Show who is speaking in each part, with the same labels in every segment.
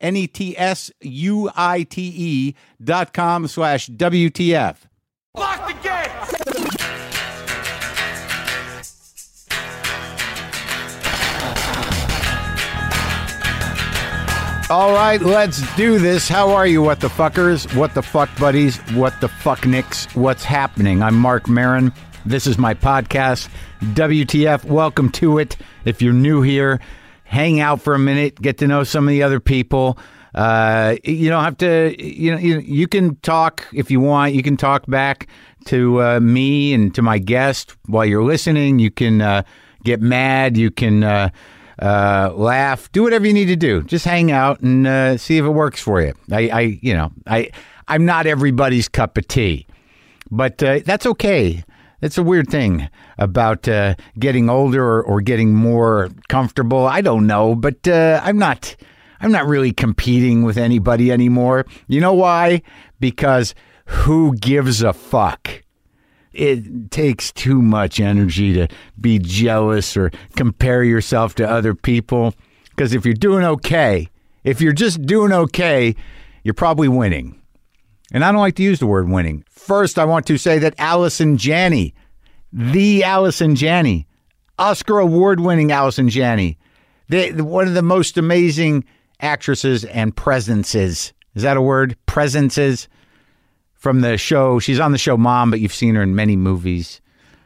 Speaker 1: N E T S U I T E dot com slash WTF.
Speaker 2: Lock the gate!
Speaker 1: All right, let's do this. How are you, what the fuckers? What the fuck buddies? What the fuck nicks? What's happening? I'm Mark Marin. This is my podcast, WTF. Welcome to it. If you're new here, hang out for a minute, get to know some of the other people. Uh, you don't have to, you know, you, you can talk if you want. You can talk back to uh, me and to my guest while you're listening. You can uh, get mad. You can. Uh, uh, laugh, do whatever you need to do. Just hang out and uh, see if it works for you. I, I, you know, I, I'm not everybody's cup of tea, but uh, that's okay. That's a weird thing about uh, getting older or, or getting more comfortable. I don't know, but uh, I'm not. I'm not really competing with anybody anymore. You know why? Because who gives a fuck? it takes too much energy to be jealous or compare yourself to other people. Because if you're doing okay, if you're just doing okay, you're probably winning. And I don't like to use the word winning. First, I want to say that Allison Janney, the Allison Janney, Oscar award winning Allison Janney, they, one of the most amazing actresses and presences. Is that a word? Presences from the show. She's on the show Mom, but you've seen her in many movies.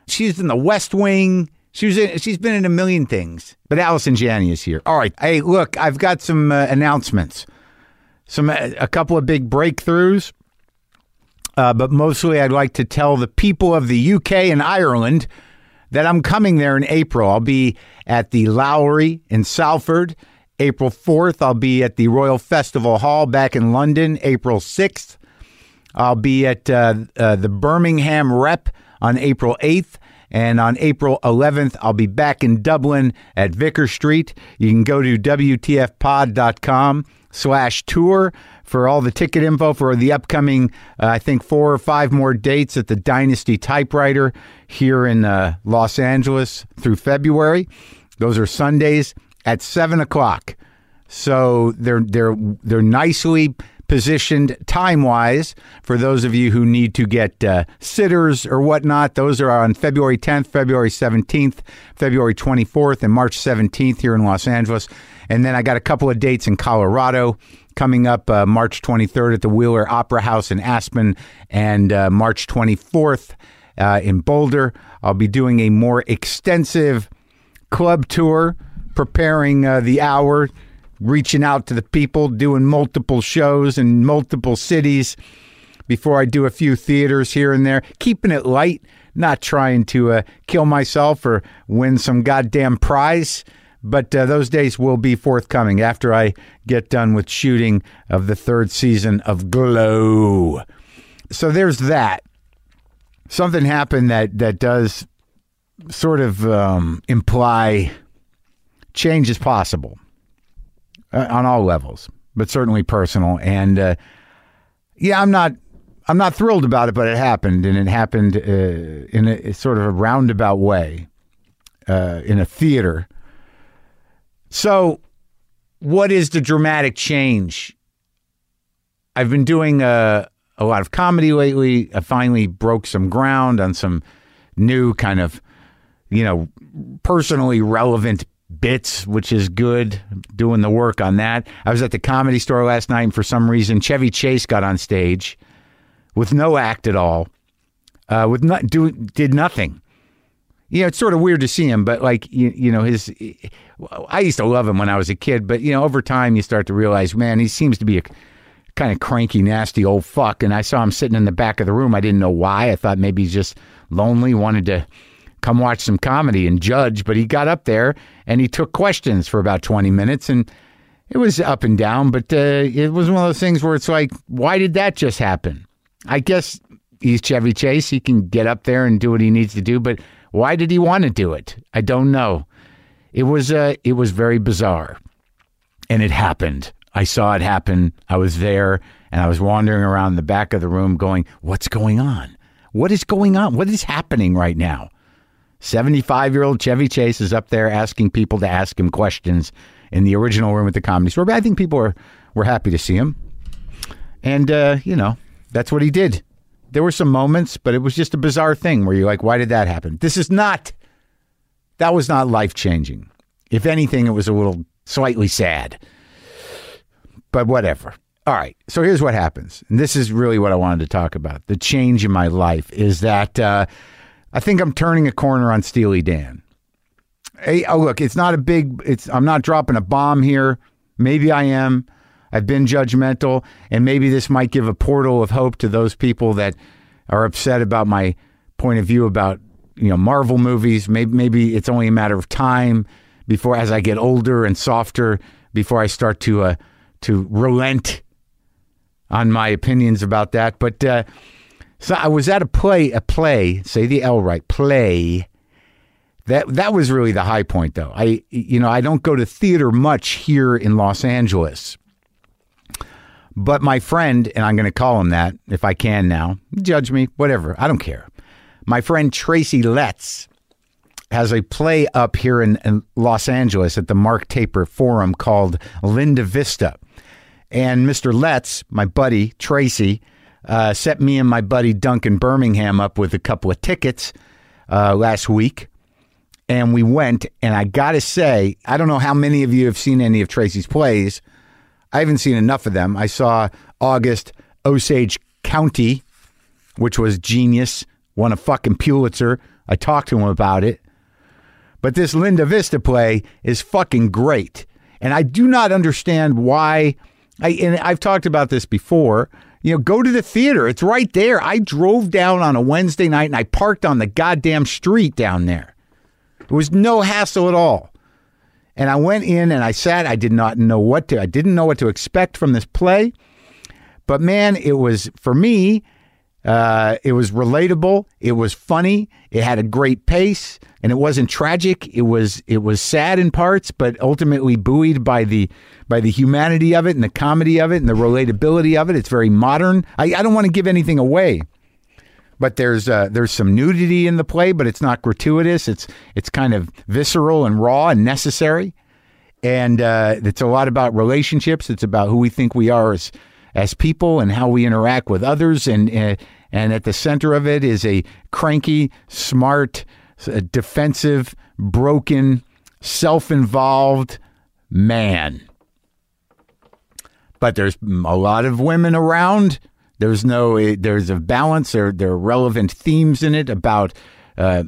Speaker 1: She's in The West Wing. She was in, she's been in a million things. But Allison Janney is here. All right. Hey, look, I've got some uh, announcements. Some uh, a couple of big breakthroughs. Uh, but mostly I'd like to tell the people of the UK and Ireland that I'm coming there in April. I'll be at the Lowry in Salford April 4th. I'll be at the Royal Festival Hall back in London April 6th. I'll be at uh, uh, the Birmingham Rep on April 8th. And on April 11th, I'll be back in Dublin at Vicker Street. You can go to WTFpod.com slash tour for all the ticket info for the upcoming, uh, I think, four or five more dates at the Dynasty Typewriter here in uh, Los Angeles through February. Those are Sundays at 7 o'clock. So they're they're they're nicely positioned time wise for those of you who need to get uh, sitters or whatnot. Those are on February 10th, February 17th, February 24th, and March 17th here in Los Angeles. And then I got a couple of dates in Colorado coming up uh, March 23rd at the Wheeler Opera House in Aspen and uh, March 24th uh, in Boulder. I'll be doing a more extensive club tour, preparing uh, the hour, reaching out to the people, doing multiple shows in multiple cities before I do a few theaters here and there, keeping it light, not trying to uh, kill myself or win some goddamn prize. But uh, those days will be forthcoming after I get done with shooting of the third season of Glow. So there's that. Something happened that that does sort of um, imply change is possible uh, on all levels, but certainly personal. And uh, yeah, I'm not I'm not thrilled about it, but it happened, and it happened uh, in a, sort of a roundabout way uh, in a theater. So, what is the dramatic change? I've been doing a, a lot of comedy lately. I finally broke some ground on some new kind of you know, personally relevant bits, which is good. Doing the work on that. I was at the comedy store last night, and for some reason, Chevy Chase got on stage with no act at all, uh, with not do did nothing. You know, it's sort of weird to see him, but like you, you know, his. e, I used to love him when I was a kid, but you know, over time you start to realize, man, he seems to be a kind of cranky, nasty old fuck. And I saw him sitting in the back of the room. I didn't know why. I thought maybe he's just lonely, wanted to come watch some comedy and judge. But he got up there and he took questions for about twenty minutes, and it was up and down. But uh, it was one of those things where it's like, why did that just happen? I guess he's Chevy Chase. He can get up there and do what he needs to do, but why did he want to do it? I don't know. It was uh, it was very bizarre, and it happened. I saw it happen. I was there, and I was wandering around the back of the room, going, "What's going on? What is going on? What is happening right now?" Seventy-five-year-old Chevy Chase is up there asking people to ask him questions in the original room at the Comedy Store. But I think people were were happy to see him, and uh, you know that's what he did there were some moments, but it was just a bizarre thing where you're like, why did that happen? This is not, that was not life changing. If anything, it was a little slightly sad, but whatever. All right. So here's what happens. And this is really what I wanted to talk about. The change in my life is that uh, I think I'm turning a corner on Steely Dan. Hey, oh, look, it's not a big, it's, I'm not dropping a bomb here. Maybe I am. I've been judgmental, and maybe this might give a portal of hope to those people that are upset about my point of view about you know Marvel movies. Maybe maybe it's only a matter of time before, as I get older and softer, before I start to uh, to relent on my opinions about that. But uh, so I was at a play, a play, say the L right play. That that was really the high point, though. I you know I don't go to theater much here in Los Angeles. But my friend, and I'm going to call him that if I can now, judge me, whatever, I don't care. My friend Tracy Letts has a play up here in, in Los Angeles at the Mark Taper Forum called Linda Vista. And Mr. Letts, my buddy Tracy, uh, set me and my buddy Duncan Birmingham up with a couple of tickets uh, last week. And we went, and I got to say, I don't know how many of you have seen any of Tracy's plays. I haven't seen enough of them. I saw August Osage County, which was genius, won a fucking Pulitzer. I talked to him about it. But this Linda Vista play is fucking great. And I do not understand why I and I've talked about this before. You know, go to the theater. It's right there. I drove down on a Wednesday night and I parked on the goddamn street down there. It was no hassle at all. And I went in and I sat. I did not know what to. I didn't know what to expect from this play, but man, it was for me. Uh, it was relatable. It was funny. It had a great pace, and it wasn't tragic. It was it was sad in parts, but ultimately buoyed by the by the humanity of it and the comedy of it and the relatability of it. It's very modern. I, I don't want to give anything away but there's uh, there's some nudity in the play, but it's not gratuitous. It's it's kind of visceral and raw and necessary, and uh, it's a lot about relationships. It's about who we think we are as as people and how we interact with others, and uh, and at the center of it is a cranky, smart, defensive, broken, self-involved man. But there's a lot of women around. There's no there's a balance. There there are relevant themes in it about uh,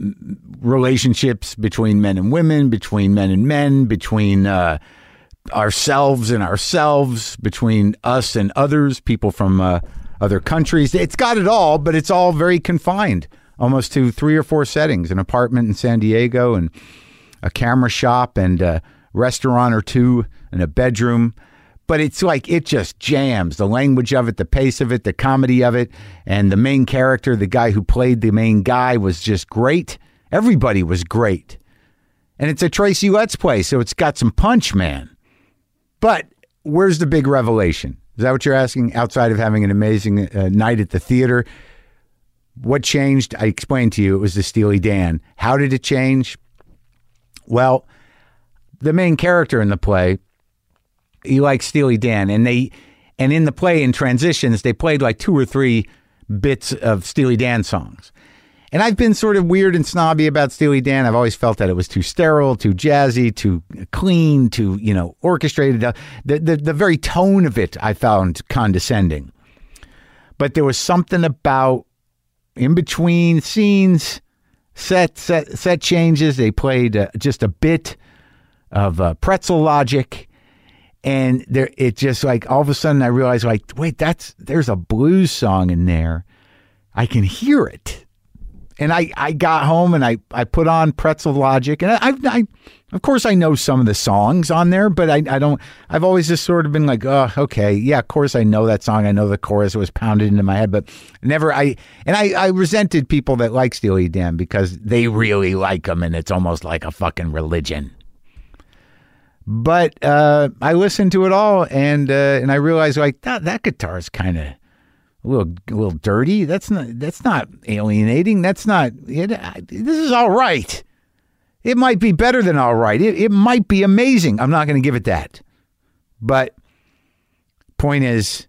Speaker 1: relationships between men and women, between men and men, between uh, ourselves and ourselves, between us and others, people from uh, other countries. It's got it all, but it's all very confined, almost to three or four settings: an apartment in San Diego, and a camera shop, and a restaurant or two, and a bedroom but it's like it just jams the language of it, the pace of it, the comedy of it, and the main character, the guy who played the main guy, was just great. Everybody was great. And it's a Tracy Letts play, so it's got some punch, man. But where's the big revelation? Is that what you're asking? Outside of having an amazing uh, night at the theater, what changed? I explained to you it was the Steely Dan. How did it change? Well, the main character in the play, you like Steely Dan, and they and in the play in transitions they played like two or three bits of Steely Dan songs. And I've been sort of weird and snobby about Steely Dan. I've always felt that it was too sterile, too jazzy, too clean, too you know orchestrated. The the, the very tone of it I found condescending. but there was something about in between scenes, set set set changes. They played uh, just a bit of uh, pretzel logic, and there it just like all of a sudden I realized like wait that's there's a blues song in there, I can hear it, and I I got home and I I put on pretzel logic and I I, I of course I know some of the songs on there but I I don't I've always just sort of been like oh okay yeah of course I know that song I know the chorus it was pounded into my head but never I and I I resented people that like Steely Dan because they really like them and it's almost like a fucking religion but uh, I listened to it all, and uh, and I realized like that that guitar is kind of a little a little dirty. That's not that's not alienating. That's not it, I, this is all right. It might be better than all right. It it might be amazing. I'm not going to give it that, but point is,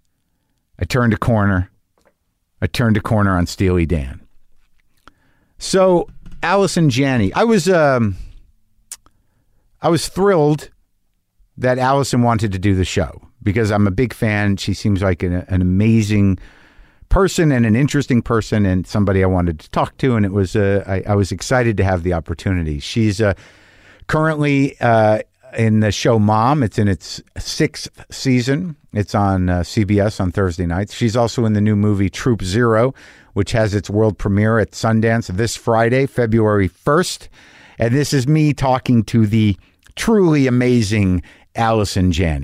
Speaker 1: I turned a corner. I turned a corner on Steely Dan. So Allison Janney, I was um, I was thrilled that Allison wanted to do the show because I'm a big fan. She seems like an, an amazing person and an interesting person and somebody I wanted to talk to. And it was, uh, I, I was excited to have the opportunity. She's uh, currently uh, in the show Mom. It's in its sixth season. It's on uh, CBS on Thursday nights. She's also in the new movie Troop Zero, which has its world premiere at Sundance this Friday, February 1st. And this is me talking to the truly amazing Allison Janney.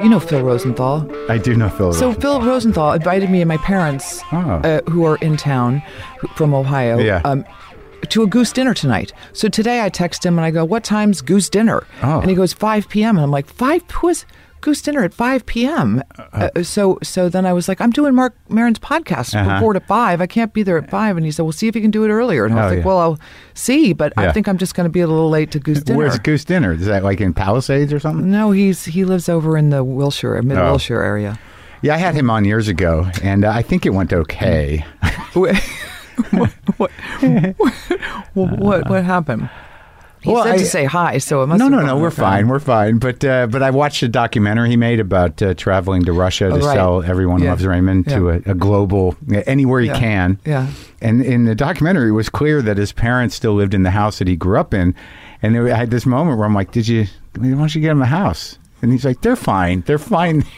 Speaker 3: You know Phil Rosenthal.
Speaker 1: I do know Phil. Oh.
Speaker 3: So Phil Rosenthal invited me and my parents, uh, who are in town who- from Ohio,
Speaker 1: Yeah.
Speaker 3: um, to a goose dinner tonight. So today I text him and I go, "What time's goose dinner?"
Speaker 1: Oh.
Speaker 3: And he goes, "5 p.m." And I'm like, "5? Who is goose dinner at 5 p.m.?" Uh, so so then I was like, "I'm doing Mark Maron's podcast
Speaker 1: Uh-huh.
Speaker 3: from four to five. I can't be there at 5. And he said, "Well, see if you can do it earlier." And I
Speaker 1: Oh,
Speaker 3: was like,
Speaker 1: yeah.
Speaker 3: "Well, I'll see, but
Speaker 1: Yeah.
Speaker 3: I think I'm just going to be a little late to goose dinner."
Speaker 1: Where's Goose Dinner? Is that like in Palisades or something?
Speaker 3: no, he's he lives over in the Wilshire, mid
Speaker 1: Oh.
Speaker 3: Wilshire area.
Speaker 1: Yeah, I had him on years ago, and uh, I think it went okay.
Speaker 3: what, what, what, what, what happened? He
Speaker 1: Well,
Speaker 3: said
Speaker 1: I-
Speaker 3: to say hi, so it must.
Speaker 1: No,
Speaker 3: have
Speaker 1: no,
Speaker 3: gone
Speaker 1: no. We're
Speaker 3: okay.
Speaker 1: fine. We're fine. But uh, but I watched a documentary he made about uh, traveling to Russia to
Speaker 3: Oh, right.
Speaker 1: sell "Everyone
Speaker 3: Yeah.
Speaker 1: Loves Raymond" to a,
Speaker 3: Yeah.
Speaker 1: a global anywhere he
Speaker 3: Yeah.
Speaker 1: can.
Speaker 3: Yeah.
Speaker 1: And in the documentary, it was clear that his parents still lived in the house that he grew up in. And there, I had this moment where I'm like, "Did you? Why don't you get him a house?" And he's like, "They're fine. They're fine."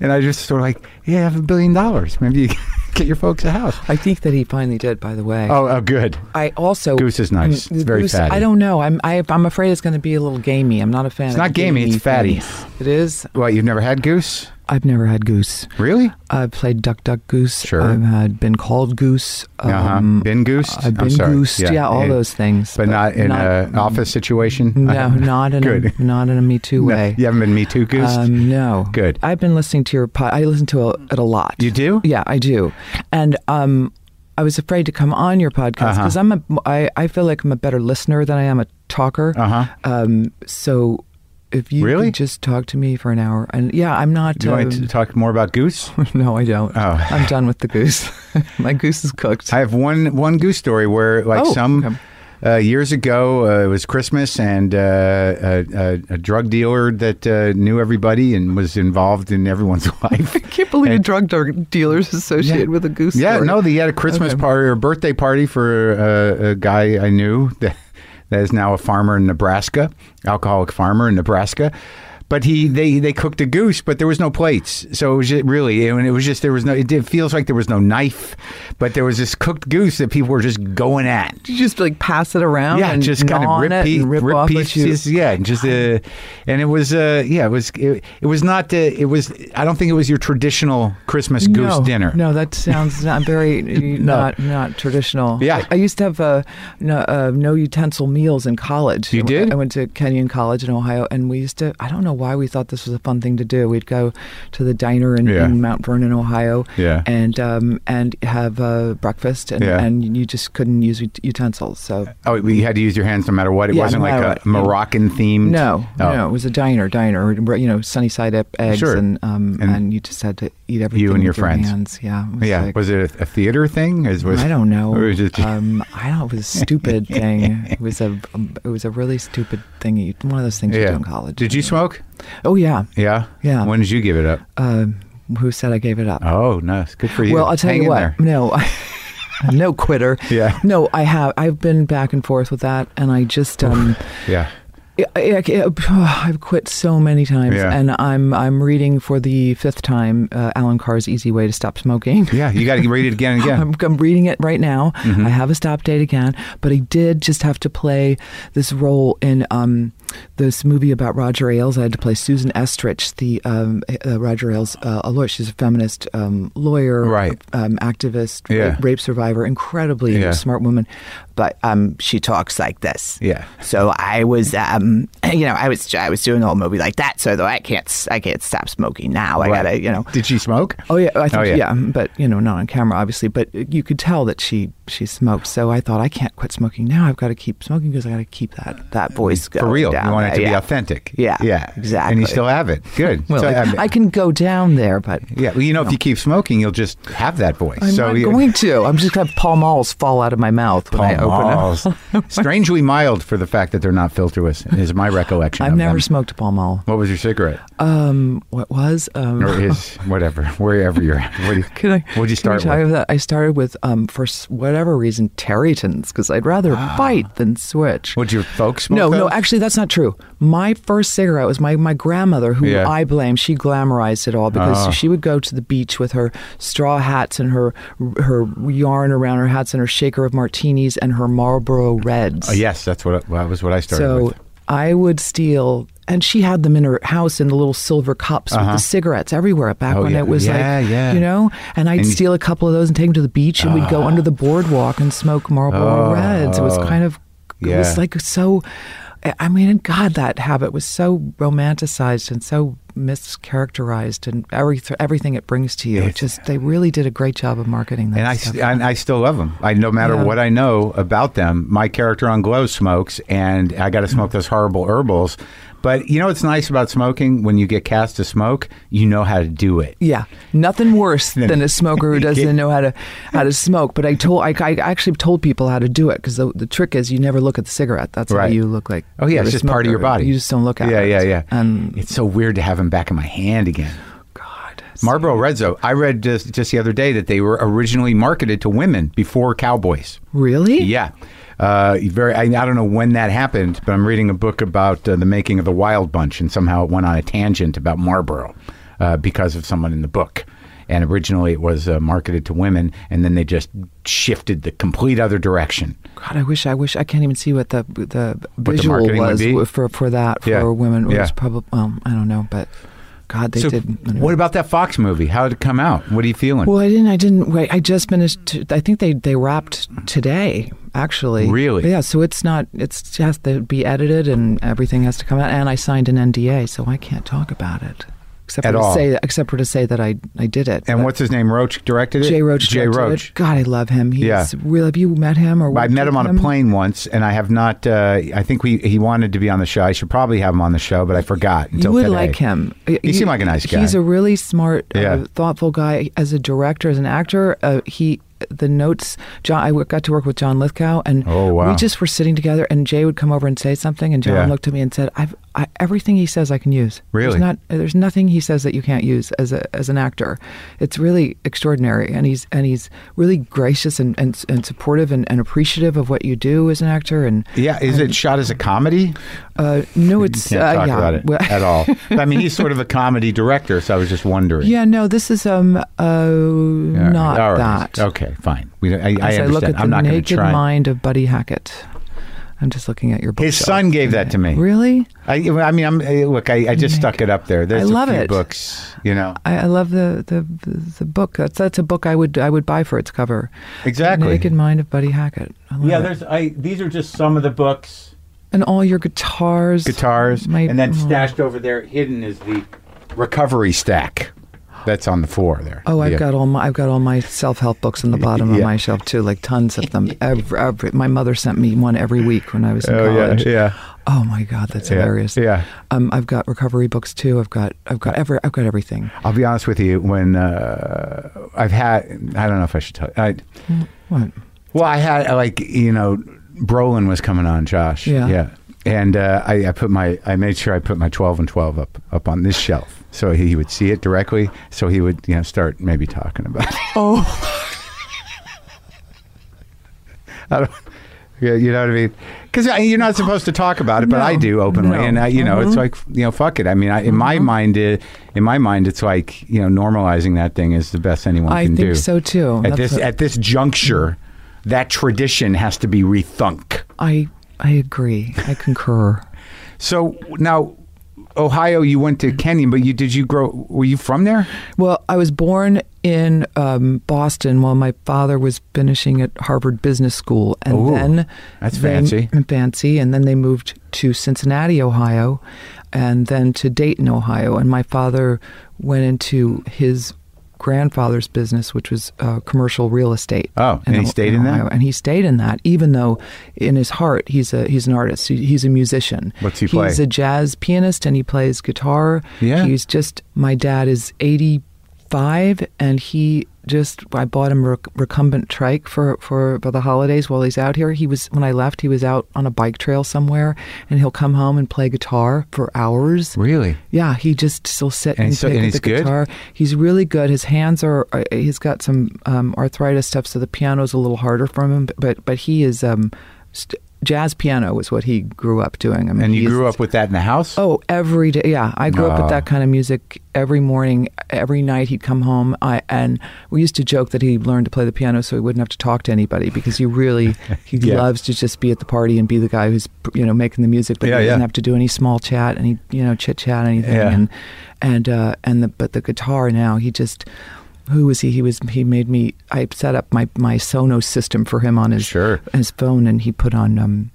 Speaker 1: and I just sort of like, "Yeah, I have a billion dollars. Maybe you get your folks a house."
Speaker 3: I think that he finally did. By the way,
Speaker 1: Oh, oh good.
Speaker 3: I also
Speaker 1: Goose is nice.
Speaker 3: Mm,
Speaker 1: It's very
Speaker 3: goose,
Speaker 1: fatty.
Speaker 3: I don't know. I'm I, I'm afraid it's going to be a little gamey. I'm not a fan. It's
Speaker 1: not gamey, it's fatty.
Speaker 3: It is.
Speaker 1: What? You've never had goose?
Speaker 3: I've never had goose.
Speaker 1: Really?
Speaker 3: I've played duck, duck, goose.
Speaker 1: Sure.
Speaker 3: I've had been called goose. Um,
Speaker 1: uh-huh. Been goose?
Speaker 3: I've uh, been goosed. Yeah, all those things.
Speaker 1: But, not in an office situation?
Speaker 3: No, not in
Speaker 1: Good.
Speaker 3: a not in a Me Too
Speaker 1: No,
Speaker 3: way.
Speaker 1: you haven't been Me Too goosed?
Speaker 3: Um, no.
Speaker 1: Good.
Speaker 3: I've been listening to your pod. I listen to it a lot.
Speaker 1: You do?
Speaker 3: Yeah, I do. And um, I was afraid to come on your podcast
Speaker 1: Uh-huh.
Speaker 3: because I'm a. I, I feel like I'm a better listener than I am a talker.
Speaker 1: Uh-huh.
Speaker 3: Um. So, if you
Speaker 1: Really?
Speaker 3: could just talk to me for an hour, and yeah, I'm not.
Speaker 1: Do you want me to
Speaker 3: um,
Speaker 1: talk more about goose?
Speaker 3: no, I don't.
Speaker 1: Oh.
Speaker 3: I'm done with the goose. My goose is cooked.
Speaker 1: I have one one goose story where like
Speaker 3: Oh,
Speaker 1: some
Speaker 3: okay.
Speaker 1: uh, years ago. Uh, it was Christmas, and uh, a, a, a drug dealer that uh, knew everybody and was involved in everyone's life.
Speaker 3: I can't believe a drug dar- dealer's associated with a goose.
Speaker 1: Yeah,
Speaker 3: story.
Speaker 1: no, they had a Christmas
Speaker 3: Okay.
Speaker 1: party or birthday party for uh, a guy I knew that, that is now a farmer in Nebraska, alcoholic farmer in Nebraska. But he they they cooked a goose, but there was no plates. So it was just, really, and it was just there was no. It did, feels like there was no knife, but there was this cooked goose that people were just going at.
Speaker 3: Did you just like pass it around?
Speaker 1: Yeah,
Speaker 3: and
Speaker 1: just kind of
Speaker 3: gnaw on
Speaker 1: rip,
Speaker 3: it
Speaker 1: pie-
Speaker 3: and rip,
Speaker 1: rip
Speaker 3: off what you-
Speaker 1: pieces. Yeah, and just uh, and it was uh, yeah, it was it, it was not uh, it was I don't think it was your traditional Christmas goose
Speaker 3: no,
Speaker 1: dinner.
Speaker 3: No, that sounds not very not not traditional.
Speaker 1: Yeah.
Speaker 3: I, I used to have uh, no, uh, no utensil meals in college.
Speaker 1: You
Speaker 3: I-
Speaker 1: did?
Speaker 3: I went to Kenyon College in Ohio, and we used to. I don't know why we thought this was a fun thing to do. We'd go to the diner in,
Speaker 1: Yeah.
Speaker 3: in Mount Vernon, Ohio,
Speaker 1: Yeah.
Speaker 3: and um, and have uh, breakfast, and,
Speaker 1: Yeah.
Speaker 3: and you just couldn't use ut- utensils. So
Speaker 1: Oh, you had to use your hands no matter what. It
Speaker 3: Yeah,
Speaker 1: wasn't
Speaker 3: no
Speaker 1: like
Speaker 3: matter
Speaker 1: a
Speaker 3: what.
Speaker 1: Moroccan themed.
Speaker 3: No,
Speaker 1: Oh.
Speaker 3: no, it was a diner, diner. You know, sunny side up eggs,
Speaker 1: Sure.
Speaker 3: and um,
Speaker 1: And
Speaker 3: and, you just had to eat everything.
Speaker 1: and
Speaker 3: with
Speaker 1: your friends.
Speaker 3: hands. Yeah, it was
Speaker 1: Yeah.
Speaker 3: like-
Speaker 1: was it a, a theater thing? Is, was,
Speaker 3: I don't know.
Speaker 1: Or was it just-
Speaker 3: um, I don't. It was a stupid thing. It was a. um, It was a really stupid thing. You, one of those things you do
Speaker 1: yeah.
Speaker 3: in college.
Speaker 1: Did you smoke?
Speaker 3: Oh yeah.
Speaker 1: Yeah.
Speaker 3: Yeah.
Speaker 1: When did you give it up?
Speaker 3: Um, who said I gave it up?
Speaker 1: Oh, nice. Good for you.
Speaker 3: Well, I'll tell
Speaker 1: Hang
Speaker 3: you
Speaker 1: in
Speaker 3: what.
Speaker 1: there.
Speaker 3: No, no quitter.
Speaker 1: Yeah.
Speaker 3: No, I have. I've been back and forth with that, and I just um.
Speaker 1: Yeah.
Speaker 3: I, I, I- I've quit so many times,
Speaker 1: Yeah.
Speaker 3: and I'm I'm reading for the fifth time uh, Alan Carr's Easy Way to Stop Smoking.
Speaker 1: Yeah. You got to read it again and again.
Speaker 3: I'm, I'm reading it right now.
Speaker 1: Mm-hmm.
Speaker 3: I have a stop date again, but I did just have to play this role in um, this movie about Roger Ailes. I had to play Susan Estrich, the um, uh, Roger Ailes uh, a lawyer. She's a feminist um, lawyer,
Speaker 1: Right.
Speaker 3: um, activist,
Speaker 1: Yeah.
Speaker 3: rape, rape survivor, incredibly
Speaker 1: Yeah.
Speaker 3: smart woman. But um, she talks like this.
Speaker 1: Yeah.
Speaker 3: So I was, um, you know, I was, I was doing the whole movie like that. So though I can't, I can't stop smoking now. I
Speaker 1: Right.
Speaker 3: gotta, you know.
Speaker 1: Did she smoke?
Speaker 3: Oh yeah, I think
Speaker 1: Oh, yeah.
Speaker 3: yeah. but you know, not on camera, obviously. But you could tell that she she smoked. So I thought I can't quit smoking now. I've got to keep smoking because I got to keep that that voice
Speaker 1: For
Speaker 3: going
Speaker 1: real.
Speaker 3: Down
Speaker 1: You want it
Speaker 3: there.
Speaker 1: to
Speaker 3: yeah.
Speaker 1: be authentic.
Speaker 3: Yeah,
Speaker 1: Yeah. And
Speaker 3: exactly.
Speaker 1: you still have it. Good.
Speaker 3: Well,
Speaker 1: So,
Speaker 3: I,
Speaker 1: I mean-
Speaker 3: can go down there, but
Speaker 1: yeah. Well, you know, if you keep smoking, you'll just have that voice.
Speaker 3: I'm
Speaker 1: so
Speaker 3: not
Speaker 1: you-
Speaker 3: going to. I'm just gonna have Pall Malls fall out of my mouth when I
Speaker 1: Pall
Speaker 3: open it.
Speaker 1: Malls. Strangely mild for the fact that they're not filterless, is my recollection.
Speaker 3: I've
Speaker 1: of
Speaker 3: never
Speaker 1: them.
Speaker 3: smoked a Pall Mall.
Speaker 1: What was your cigarette?
Speaker 3: Um, what was um.
Speaker 1: or is whatever, wherever you're at. What do you,
Speaker 3: Can I,
Speaker 1: what'd you
Speaker 3: can we
Speaker 1: start
Speaker 3: talk
Speaker 1: with?
Speaker 3: about- I started with, um, for s- whatever reason, Terrytons, because I'd rather fight than switch.
Speaker 1: Would Ah. your folks smoke
Speaker 3: No, no,
Speaker 1: those?
Speaker 3: actually, that's not true. My first cigarette was my, my grandmother, who
Speaker 1: Yeah. Ah.
Speaker 3: I blame. She glamorized it all because she would go to the beach with her straw hats and her her yarn around her hats and her shaker of martinis and her Marlboro Reds.
Speaker 1: Oh, yes, that's what well, that was what I started
Speaker 3: So
Speaker 1: with.
Speaker 3: I would steal, and she had them in her house in the little silver cups with the cigarettes everywhere back
Speaker 1: Uh-huh. Oh,
Speaker 3: when
Speaker 1: yeah.
Speaker 3: it was
Speaker 1: Yeah,
Speaker 3: like,
Speaker 1: yeah.
Speaker 3: you know, and I'd
Speaker 1: And you- Ah.
Speaker 3: steal a couple of those and take them to the beach and we'd go under the boardwalk and smoke Marlboro
Speaker 1: Oh.
Speaker 3: Reds. It was kind of, it
Speaker 1: Yeah.
Speaker 3: was like so, I mean, and God, that habit was so romanticized and so mischaracterized and every, everything it brings to you. It just, they really did a great job of marketing that
Speaker 1: And I,
Speaker 3: stuff.
Speaker 1: st- and I still love them. I no matter
Speaker 3: Yeah.
Speaker 1: what I know about them. My character on Glow smokes, and I got to
Speaker 3: Mm.
Speaker 1: smoke those horrible herbals. But you know what's nice about smoking? When you get cast to smoke, you know how to do it.
Speaker 3: Yeah, nothing worse than a smoker who doesn't know how to how to smoke. But I told I, I actually told people how to do it because the, the trick is you never look at the cigarette. That's
Speaker 1: Right.
Speaker 3: how you look like.
Speaker 1: Oh yeah,
Speaker 3: you're
Speaker 1: it's
Speaker 3: a
Speaker 1: just part of your
Speaker 3: smoker.
Speaker 1: body.
Speaker 3: You just don't look at
Speaker 1: yeah,
Speaker 3: it. Oh,
Speaker 1: Yeah, yeah,
Speaker 3: And
Speaker 1: it's so weird to have them back in my hand again.
Speaker 3: God,
Speaker 1: Marlboro Reds, though, I read just just the other day that they were originally marketed to women before cowboys.
Speaker 3: really?
Speaker 1: Yeah. Uh, very. I, I don't know when that happened, but I'm reading a book about uh, the making of the Wild Bunch, and somehow it went on a tangent about Marlboro uh, because of someone in the book. And originally, it was uh, marketed to women, and then they just shifted the complete other direction.
Speaker 3: God, I wish I wish I can't even see what the the
Speaker 1: the
Speaker 3: visual
Speaker 1: marketing would
Speaker 3: was
Speaker 1: be?
Speaker 3: for for that for
Speaker 1: Yeah.
Speaker 3: women. It
Speaker 1: Yeah.
Speaker 3: was probably um, I don't know, but God, they
Speaker 1: so,
Speaker 3: did. anyway.
Speaker 1: what about that Fox movie? How did it come out? What are you feeling?
Speaker 3: Well, I didn't. I didn't. Wait, I just finished. t- I think they they wrapped today. Actually,
Speaker 1: Really?
Speaker 3: yeah. So it's not. It's it has to be edited, and everything has to come out. And I signed an NDA, so I can't talk about it except
Speaker 1: At
Speaker 3: for
Speaker 1: all.
Speaker 3: to say except for to say that I I did it.
Speaker 1: and
Speaker 3: But
Speaker 1: what's his name? Roach directed it.
Speaker 3: uh, Jay Roach?
Speaker 1: Jay
Speaker 3: directed it.
Speaker 1: Roach.
Speaker 3: God, I love him. He's
Speaker 1: Yeah.
Speaker 3: real. Have you met him or?
Speaker 1: I
Speaker 3: worked
Speaker 1: met him
Speaker 3: with
Speaker 1: on a plane once, and I have not. Uh, I think we he wanted to be on the show. I should probably have him on the show, but I forgot until
Speaker 3: you would
Speaker 1: today.
Speaker 3: like him. He,
Speaker 1: seemed like a nice guy.
Speaker 3: He's a really smart,
Speaker 1: Yeah.
Speaker 3: uh, thoughtful guy as a director, as an actor. Uh, he the notes. John, I w- got to work with John Lithgow, and
Speaker 1: Oh, wow.
Speaker 3: we just were sitting together. And Jay would come over and say something, and John
Speaker 1: Yeah.
Speaker 3: looked at me and said, "I've I, everything he says I can use.
Speaker 1: Really?
Speaker 3: There's not there's nothing he says that you can't use as a as an actor. It's really extraordinary, and he's and he's really gracious and and, and supportive and, and appreciative of what you do as an actor. And
Speaker 1: Yeah, is it shot as a comedy?
Speaker 3: uh, no, it's
Speaker 1: Can't
Speaker 3: uh,
Speaker 1: talk
Speaker 3: yeah,
Speaker 1: about it
Speaker 3: Well-
Speaker 1: at all. But, I mean, he's sort of a comedy director, so I was just wondering.
Speaker 3: Yeah, no, this is um uh
Speaker 1: All right,
Speaker 3: not
Speaker 1: all right.
Speaker 3: that.
Speaker 1: Okay, fine. We don't, I, I
Speaker 3: As I,
Speaker 1: understand.
Speaker 3: look at the
Speaker 1: I'm not going to
Speaker 3: naked
Speaker 1: try.
Speaker 3: mind of Buddy Hackett. I'm just looking at your book.
Speaker 1: His son gave that to me.
Speaker 3: Really?
Speaker 1: I, I mean, I'm eh, look. I, I just stuck it up there. There's
Speaker 3: love
Speaker 1: a few
Speaker 3: it.
Speaker 1: books, you know.
Speaker 3: I, I love the, the the book. That's that's a book I would I would buy for its cover.
Speaker 1: Exactly.
Speaker 3: The Naked Mind of Buddy Hackett. I love
Speaker 1: Yeah,
Speaker 3: it.
Speaker 1: there's. I these are just some of the books.
Speaker 3: and all your guitars.
Speaker 1: Guitars,
Speaker 3: My-
Speaker 1: and then
Speaker 3: oh.
Speaker 1: stashed over there, hidden is the recovery stack. That's on the floor there.
Speaker 3: Oh, I've
Speaker 1: Yeah.
Speaker 3: got all my I've got all my self help books in the bottom of
Speaker 1: Yeah.
Speaker 3: my shelf too, like tons of them. Every, every my mother sent me one every week when I was in
Speaker 1: Oh, yeah,
Speaker 3: college.
Speaker 1: yeah.
Speaker 3: Oh my God, that's
Speaker 1: Yeah,
Speaker 3: hilarious.
Speaker 1: yeah.
Speaker 3: Um, I've got recovery books too. I've got I've got ever I've got everything.
Speaker 1: I'll be honest with you. When uh, I've had, I don't know if I should tell. I,
Speaker 3: What?
Speaker 1: Well, I had like you know, Brolin was coming on, Josh.
Speaker 3: Yeah.
Speaker 1: And uh, I, I put my, I made sure I put my twelve and twelve up up on this shelf, so he would see it directly. So he would, you know, start maybe talking about. It.
Speaker 3: Oh,
Speaker 1: I don't, yeah, you know what I mean? Because you're not supposed to talk about it, but
Speaker 3: No,
Speaker 1: I do openly,
Speaker 3: no. Mm-hmm.
Speaker 1: and I, you know, it's like you know, fuck it. I mean, I, in my mind, it, in my mind, it's like you know, normalizing that thing is the best anyone
Speaker 3: I
Speaker 1: can
Speaker 3: think
Speaker 1: do.
Speaker 3: so too.
Speaker 1: At
Speaker 3: That's
Speaker 1: this
Speaker 3: what-
Speaker 1: at this juncture, that tradition has to be rethunk.
Speaker 3: I I agree. I concur.
Speaker 1: So now, Ohio, you went to Kenyon, but you did you grow? Were you from there?
Speaker 3: Well, I was born in um, Boston while my father was finishing at Harvard Business School, and
Speaker 1: Ooh,
Speaker 3: then
Speaker 1: that's
Speaker 3: they-
Speaker 1: fancy.
Speaker 3: fancy, and then they moved to Cincinnati, Ohio, and then to Dayton, Ohio. And my father went into his grandfather's business, which was uh, commercial real estate.
Speaker 1: Oh, and he
Speaker 3: O-
Speaker 1: stayed in that?
Speaker 3: Ohio. And he stayed in that, even though in his heart he's a he's an artist. He, he's a musician.
Speaker 1: What's he play?
Speaker 3: He's a jazz pianist, and he plays guitar.
Speaker 1: Yeah.
Speaker 3: He's just my dad is 85 and he just I bought him a rec- recumbent trike for, for for the holidays while he's out here. He was when I left he was out on a bike trail somewhere and he'll come home and play guitar for hours.
Speaker 1: Really?
Speaker 3: Yeah, he just still sit
Speaker 1: And
Speaker 3: and,
Speaker 1: so-
Speaker 3: pick
Speaker 1: and
Speaker 3: at
Speaker 1: he's
Speaker 3: the
Speaker 1: good?
Speaker 3: guitar. He's really good. His hands are. Uh, he's got some um, arthritis stuff, so the piano's a little harder for him. But but he is um, st- jazz piano is what he grew up doing. I mean,
Speaker 1: And you
Speaker 3: he is-
Speaker 1: grew up with that in the house?
Speaker 3: Oh, every day. Yeah, I grew up
Speaker 1: Ah.
Speaker 3: with that kind of music every morning, every night. He'd come home, I, and we used to joke that he learned to play the piano so he wouldn't have to talk to anybody because he really he
Speaker 1: Yeah.
Speaker 3: loves to just be at the party and be the guy who's you know making the music, but
Speaker 1: Yeah,
Speaker 3: he doesn't
Speaker 1: yeah.
Speaker 3: have to do any small chat, any you know chit chat, anything.
Speaker 1: Yeah.
Speaker 3: And and uh, and the but the guitar now he just. Who was he? He was. He made me. I set up my my Sonos system for him on his
Speaker 1: Sure.
Speaker 3: his phone, and he put on um,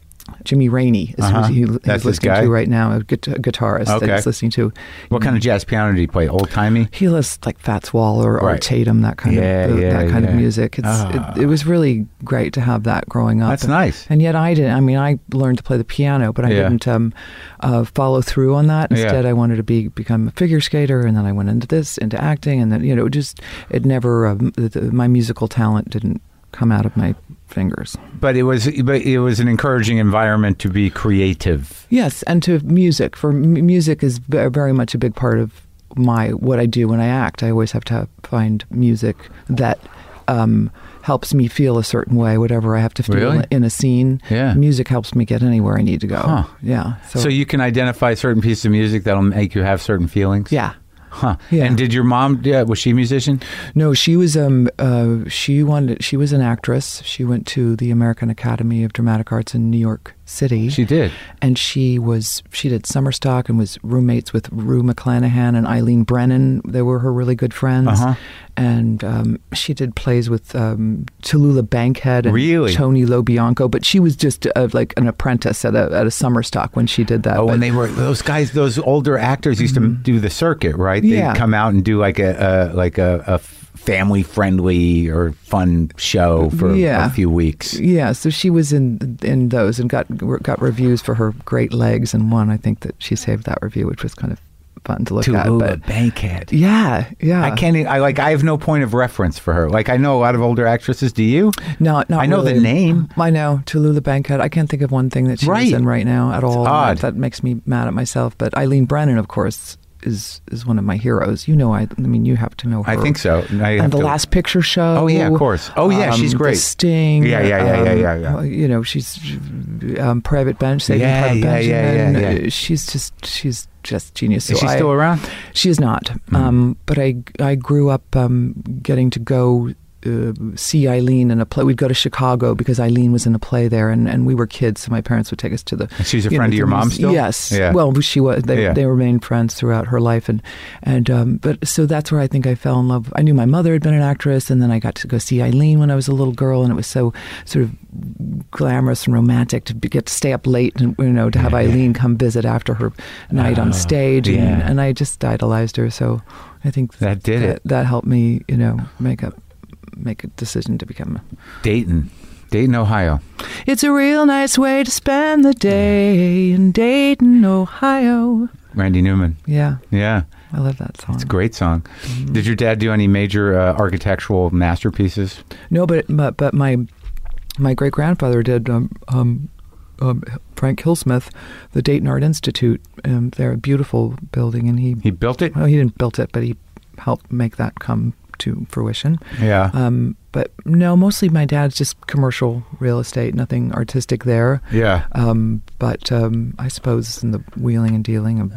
Speaker 3: Jimmy Rainey. Is
Speaker 1: Uh-huh.
Speaker 3: who he, he's
Speaker 1: That's this
Speaker 3: listening
Speaker 1: guy?
Speaker 3: to right now, a guit- a guitarist
Speaker 1: Okay.
Speaker 3: that he's listening to.
Speaker 1: what kind of jazz piano did he play? Old timey?
Speaker 3: He lists like Fats Waller or
Speaker 1: Right.
Speaker 3: Tatum, that kind
Speaker 1: Yeah,
Speaker 3: of th-
Speaker 1: yeah,
Speaker 3: that kind
Speaker 1: yeah.
Speaker 3: of music. It's,
Speaker 1: Ah.
Speaker 3: it, it was really great to have that growing up.
Speaker 1: That's nice.
Speaker 3: And yet I didn't. I mean, I learned to play the piano, but I
Speaker 1: Yeah.
Speaker 3: didn't um, uh, follow through on that.
Speaker 1: Yeah.
Speaker 3: Instead, I wanted to be become a figure skater, and then I went into this, into acting, and then you know, it just it never. Um, the, the, my musical talent didn't come out of my fingers.
Speaker 1: But it was but it was an encouraging environment to be creative.
Speaker 3: Yes, and to music. For m- music is b- very much a big part of my what I do when I act. I always have to find music that um, helps me feel a certain way, whatever I have to feel
Speaker 1: Really?
Speaker 3: in a scene.
Speaker 1: Yeah.
Speaker 3: music helps me get anywhere I need to go.
Speaker 1: Huh.
Speaker 3: Yeah. So,
Speaker 1: So, you can identify certain pieces of music that'll make you have certain feelings.
Speaker 3: yeah.
Speaker 1: Huh.
Speaker 3: Yeah.
Speaker 1: And did your mom? Yeah, was she a musician?
Speaker 3: No, she was um uh, she wanted she was an actress. She went to the American Academy of Dramatic Arts in New York City.
Speaker 1: She did.
Speaker 3: and she was she did summer stock and was roommates with Rue McClanahan and Eileen Brennan. They were her really good friends,
Speaker 1: Uh-huh.
Speaker 3: and um, she did plays with um, Tallulah Bankhead and
Speaker 1: Really?
Speaker 3: Tony Lobianco. But she was just uh like an apprentice at a at a summer stock when she did that.
Speaker 1: Oh,
Speaker 3: But- Mm-hmm.
Speaker 1: when they were those guys, those older actors used to do the circuit, right?
Speaker 3: Yeah.
Speaker 1: They'd come out and do like a, a like a, a family friendly or fun show for
Speaker 3: Yeah.
Speaker 1: a few weeks.
Speaker 3: yeah, so she was in in those and got got reviews for her great legs and one. I think that she saved that review, which was kind of fun to look at.
Speaker 1: Tallulah
Speaker 3: But
Speaker 1: Bankhead.
Speaker 3: yeah, yeah.
Speaker 1: I can't. e- I like. I have no point of reference for her. Like I know a lot of older actresses. Do you?
Speaker 3: No, not
Speaker 1: I know the
Speaker 3: really.
Speaker 1: name.
Speaker 3: I know Tallulah Bankhead. I can't think of one thing that she's
Speaker 1: Right.
Speaker 3: in right now at all.
Speaker 1: odd.
Speaker 3: That, that makes me mad at myself. But Eileen Brennan, of course, is is one of my heroes. You know, I, I mean, you have to know her.
Speaker 1: I think so. I have
Speaker 3: and the
Speaker 1: to-
Speaker 3: last picture show. Um,
Speaker 1: Oh, yeah, of course. Oh, yeah, she's
Speaker 3: The
Speaker 1: great.
Speaker 3: Sting.
Speaker 1: Yeah, yeah, yeah, yeah, yeah, yeah.
Speaker 3: well, You know, she's um, Private Bench, Saving
Speaker 1: Yeah,
Speaker 3: Private
Speaker 1: yeah, yeah,
Speaker 3: Benjamin.
Speaker 1: yeah, yeah.
Speaker 3: Uh, She's just she's just genius.
Speaker 1: Is
Speaker 3: So
Speaker 1: she
Speaker 3: I-
Speaker 1: still around?
Speaker 3: she is not. Um, but I I grew up um, getting to go uh, see Eileen in a play. We'd go to Chicago because Eileen was in a play there, and, and we were kids, so my parents would take us to the.
Speaker 1: And she's a
Speaker 3: you
Speaker 1: friend of
Speaker 3: to
Speaker 1: your
Speaker 3: the
Speaker 1: mom
Speaker 3: muse-
Speaker 1: still?
Speaker 3: Yes.
Speaker 1: Yeah.
Speaker 3: Well, she was. They,
Speaker 1: Yeah.
Speaker 3: they remained friends throughout her life, and and um, but so that's where I think I fell in love. I knew my mother had been an actress, and then I got to go see Eileen when I was a little girl, and it was so sort of glamorous and romantic to be, get to stay up late and you know to have Eileen come visit after her night on stage and,
Speaker 1: Oh, yeah.
Speaker 3: and I just idolized her so I think
Speaker 1: That did
Speaker 3: that,
Speaker 1: it.
Speaker 3: that helped me you know make a make a decision to become
Speaker 1: Dayton, Dayton, Ohio.
Speaker 3: It's a real nice way to spend the day in Dayton Ohio
Speaker 1: Randy Newman.
Speaker 3: yeah
Speaker 1: Yeah,
Speaker 3: I love that song
Speaker 1: it's a great song.
Speaker 3: Mm-hmm.
Speaker 1: Did your dad do any major uh, architectural masterpieces?
Speaker 3: no but but, but my my great grandfather did um, um, um, Frank Hillsmith the Dayton Art Institute um, they're a beautiful building and he
Speaker 1: He built it.
Speaker 3: well, he didn't build it, but he helped make that come to fruition.
Speaker 1: Yeah.
Speaker 3: Um, but no, mostly my dad's just commercial real estate, nothing artistic there.
Speaker 1: yeah.
Speaker 3: Um, but um, I suppose in the wheeling and dealing of,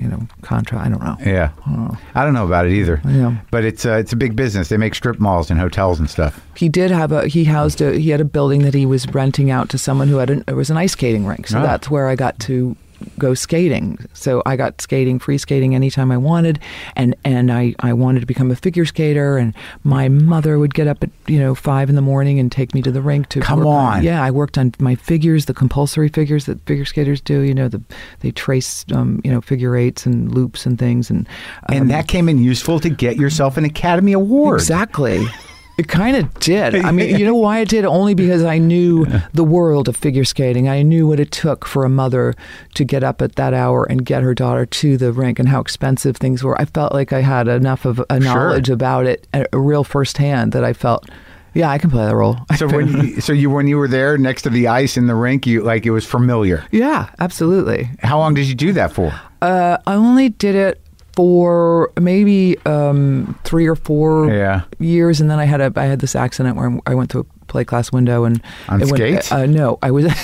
Speaker 3: you know, contra, I don't know.
Speaker 1: Yeah.
Speaker 3: I don't know.
Speaker 1: I don't know about it either.
Speaker 3: uh, Yeah.
Speaker 1: But it's uh, it's a big business. They make strip malls and hotels and stuff.
Speaker 3: He did have a he housed a he had a building that he was renting out to someone who had an it was an ice skating rink. So
Speaker 1: Ah.
Speaker 3: that's where I got to go skating. So I got skating, free skating anytime I wanted and and I I wanted to become a figure skater and my mother would get up at, you know, 5 in the morning and take me to the rink to
Speaker 1: Come
Speaker 3: work
Speaker 1: on.
Speaker 3: Yeah, I worked on my figures, the compulsory figures that figure skaters do, you know, the they trace um, you know, figure eights and loops and things and um,
Speaker 1: And that came in useful to get yourself an Academy Award.
Speaker 3: Exactly. It kind of did. I mean, you know why it did? Only because I knew the world of figure skating. I knew what it took for a mother to get up at that hour and get her daughter to the rink and how expensive things were. I felt like I had enough of a knowledge about it, a, a real firsthand, that I felt, yeah, I can play that role.
Speaker 1: So when you, so you when you were there next to the ice in the rink, you like it was familiar.
Speaker 3: yeah, absolutely.
Speaker 1: How long did you do that for?
Speaker 3: Uh, I only did it for maybe um, three or four
Speaker 1: Yeah.
Speaker 3: years, and then I had a I had this accident where I went through a play class window and
Speaker 1: On
Speaker 3: it went-
Speaker 1: skates?
Speaker 3: uh, no, I was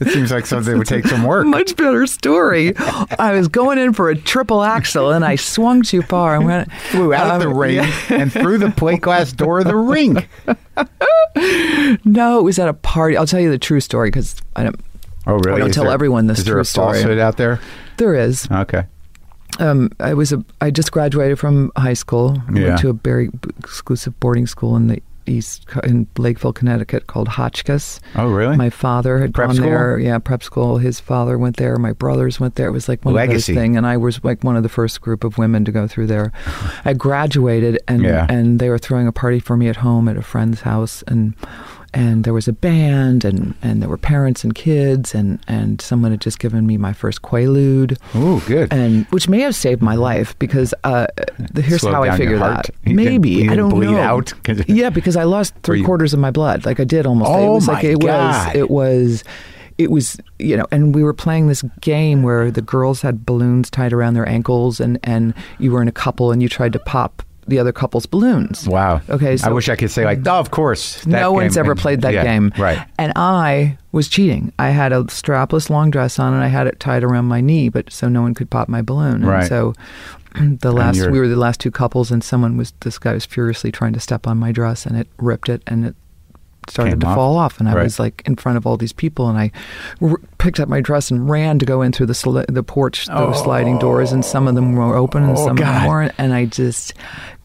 Speaker 1: It seems like something that would take some work.
Speaker 3: much better story. I was going in for a triple axel, and I swung too far and went
Speaker 1: Flew out of the
Speaker 3: um,
Speaker 1: rink
Speaker 3: yeah.
Speaker 1: and through the plate glass door of the rink.
Speaker 3: No, it was at a party. I'll tell you the true story because I don't.
Speaker 1: Oh, really?
Speaker 3: I don't
Speaker 1: Is
Speaker 3: tell
Speaker 1: there-
Speaker 3: everyone this
Speaker 1: Is there
Speaker 3: true
Speaker 1: a
Speaker 3: story.
Speaker 1: falsehood out there?
Speaker 3: There is.
Speaker 1: Okay.
Speaker 3: um, I was a I just graduated from high school. I
Speaker 1: Yeah.
Speaker 3: Went to a very exclusive boarding school in the east Co- in Lakeville, Connecticut, called Hotchkiss.
Speaker 1: Oh, really?
Speaker 3: My father had
Speaker 1: Prep
Speaker 3: gone
Speaker 1: school?
Speaker 3: there. Yeah, prep school. His father went there. My brothers went there. It was like one
Speaker 1: Legacy.
Speaker 3: of those things. And I was like one of the first group of women to go through there. I graduated, and
Speaker 1: Yeah.
Speaker 3: and they were throwing a party for me at home at a friend's house, and and there was a band, and and there were parents and kids, and and someone had just given me my first Quaalude
Speaker 1: Ooh, good.
Speaker 3: and which may have saved my life because uh, the, here's
Speaker 1: Slowed
Speaker 3: how I
Speaker 1: down your
Speaker 3: figure
Speaker 1: heart?
Speaker 3: that.
Speaker 1: You didn't-
Speaker 3: Maybe
Speaker 1: you
Speaker 3: I
Speaker 1: didn't
Speaker 3: don't
Speaker 1: bleed
Speaker 3: know.
Speaker 1: out? 'Cause-
Speaker 3: yeah, because I lost three
Speaker 1: you-
Speaker 3: quarters of my blood. Like I did almost.
Speaker 1: Oh
Speaker 3: it was
Speaker 1: my
Speaker 3: like it
Speaker 1: God.
Speaker 3: was. It was. It was you know, and we were playing this game where the girls had balloons tied around their ankles, and and you were in a couple, and you tried to pop the other couple's balloons.
Speaker 1: wow.
Speaker 3: Okay, so-
Speaker 1: I wish I could say like, oh, of course. that
Speaker 3: No one's
Speaker 1: game,"
Speaker 3: ever
Speaker 1: and-
Speaker 3: played that
Speaker 1: yeah,
Speaker 3: game.
Speaker 1: Right.
Speaker 3: And I was cheating. I had a strapless long dress on and I had it tied around my knee, but so no one could pop my balloon.
Speaker 1: Right.
Speaker 3: And so the last
Speaker 1: you're-
Speaker 3: we were the last two couples and someone was this guy was furiously trying to step on my dress and it ripped it and it started
Speaker 1: Came
Speaker 3: to
Speaker 1: off.
Speaker 3: fall off and I
Speaker 1: Right.
Speaker 3: was like in front of all these people and I r- picked up my dress and ran to go in through the sli- the porch the sliding doors and some of them were open and
Speaker 1: Oh,
Speaker 3: some of
Speaker 1: God.
Speaker 3: them weren't and I just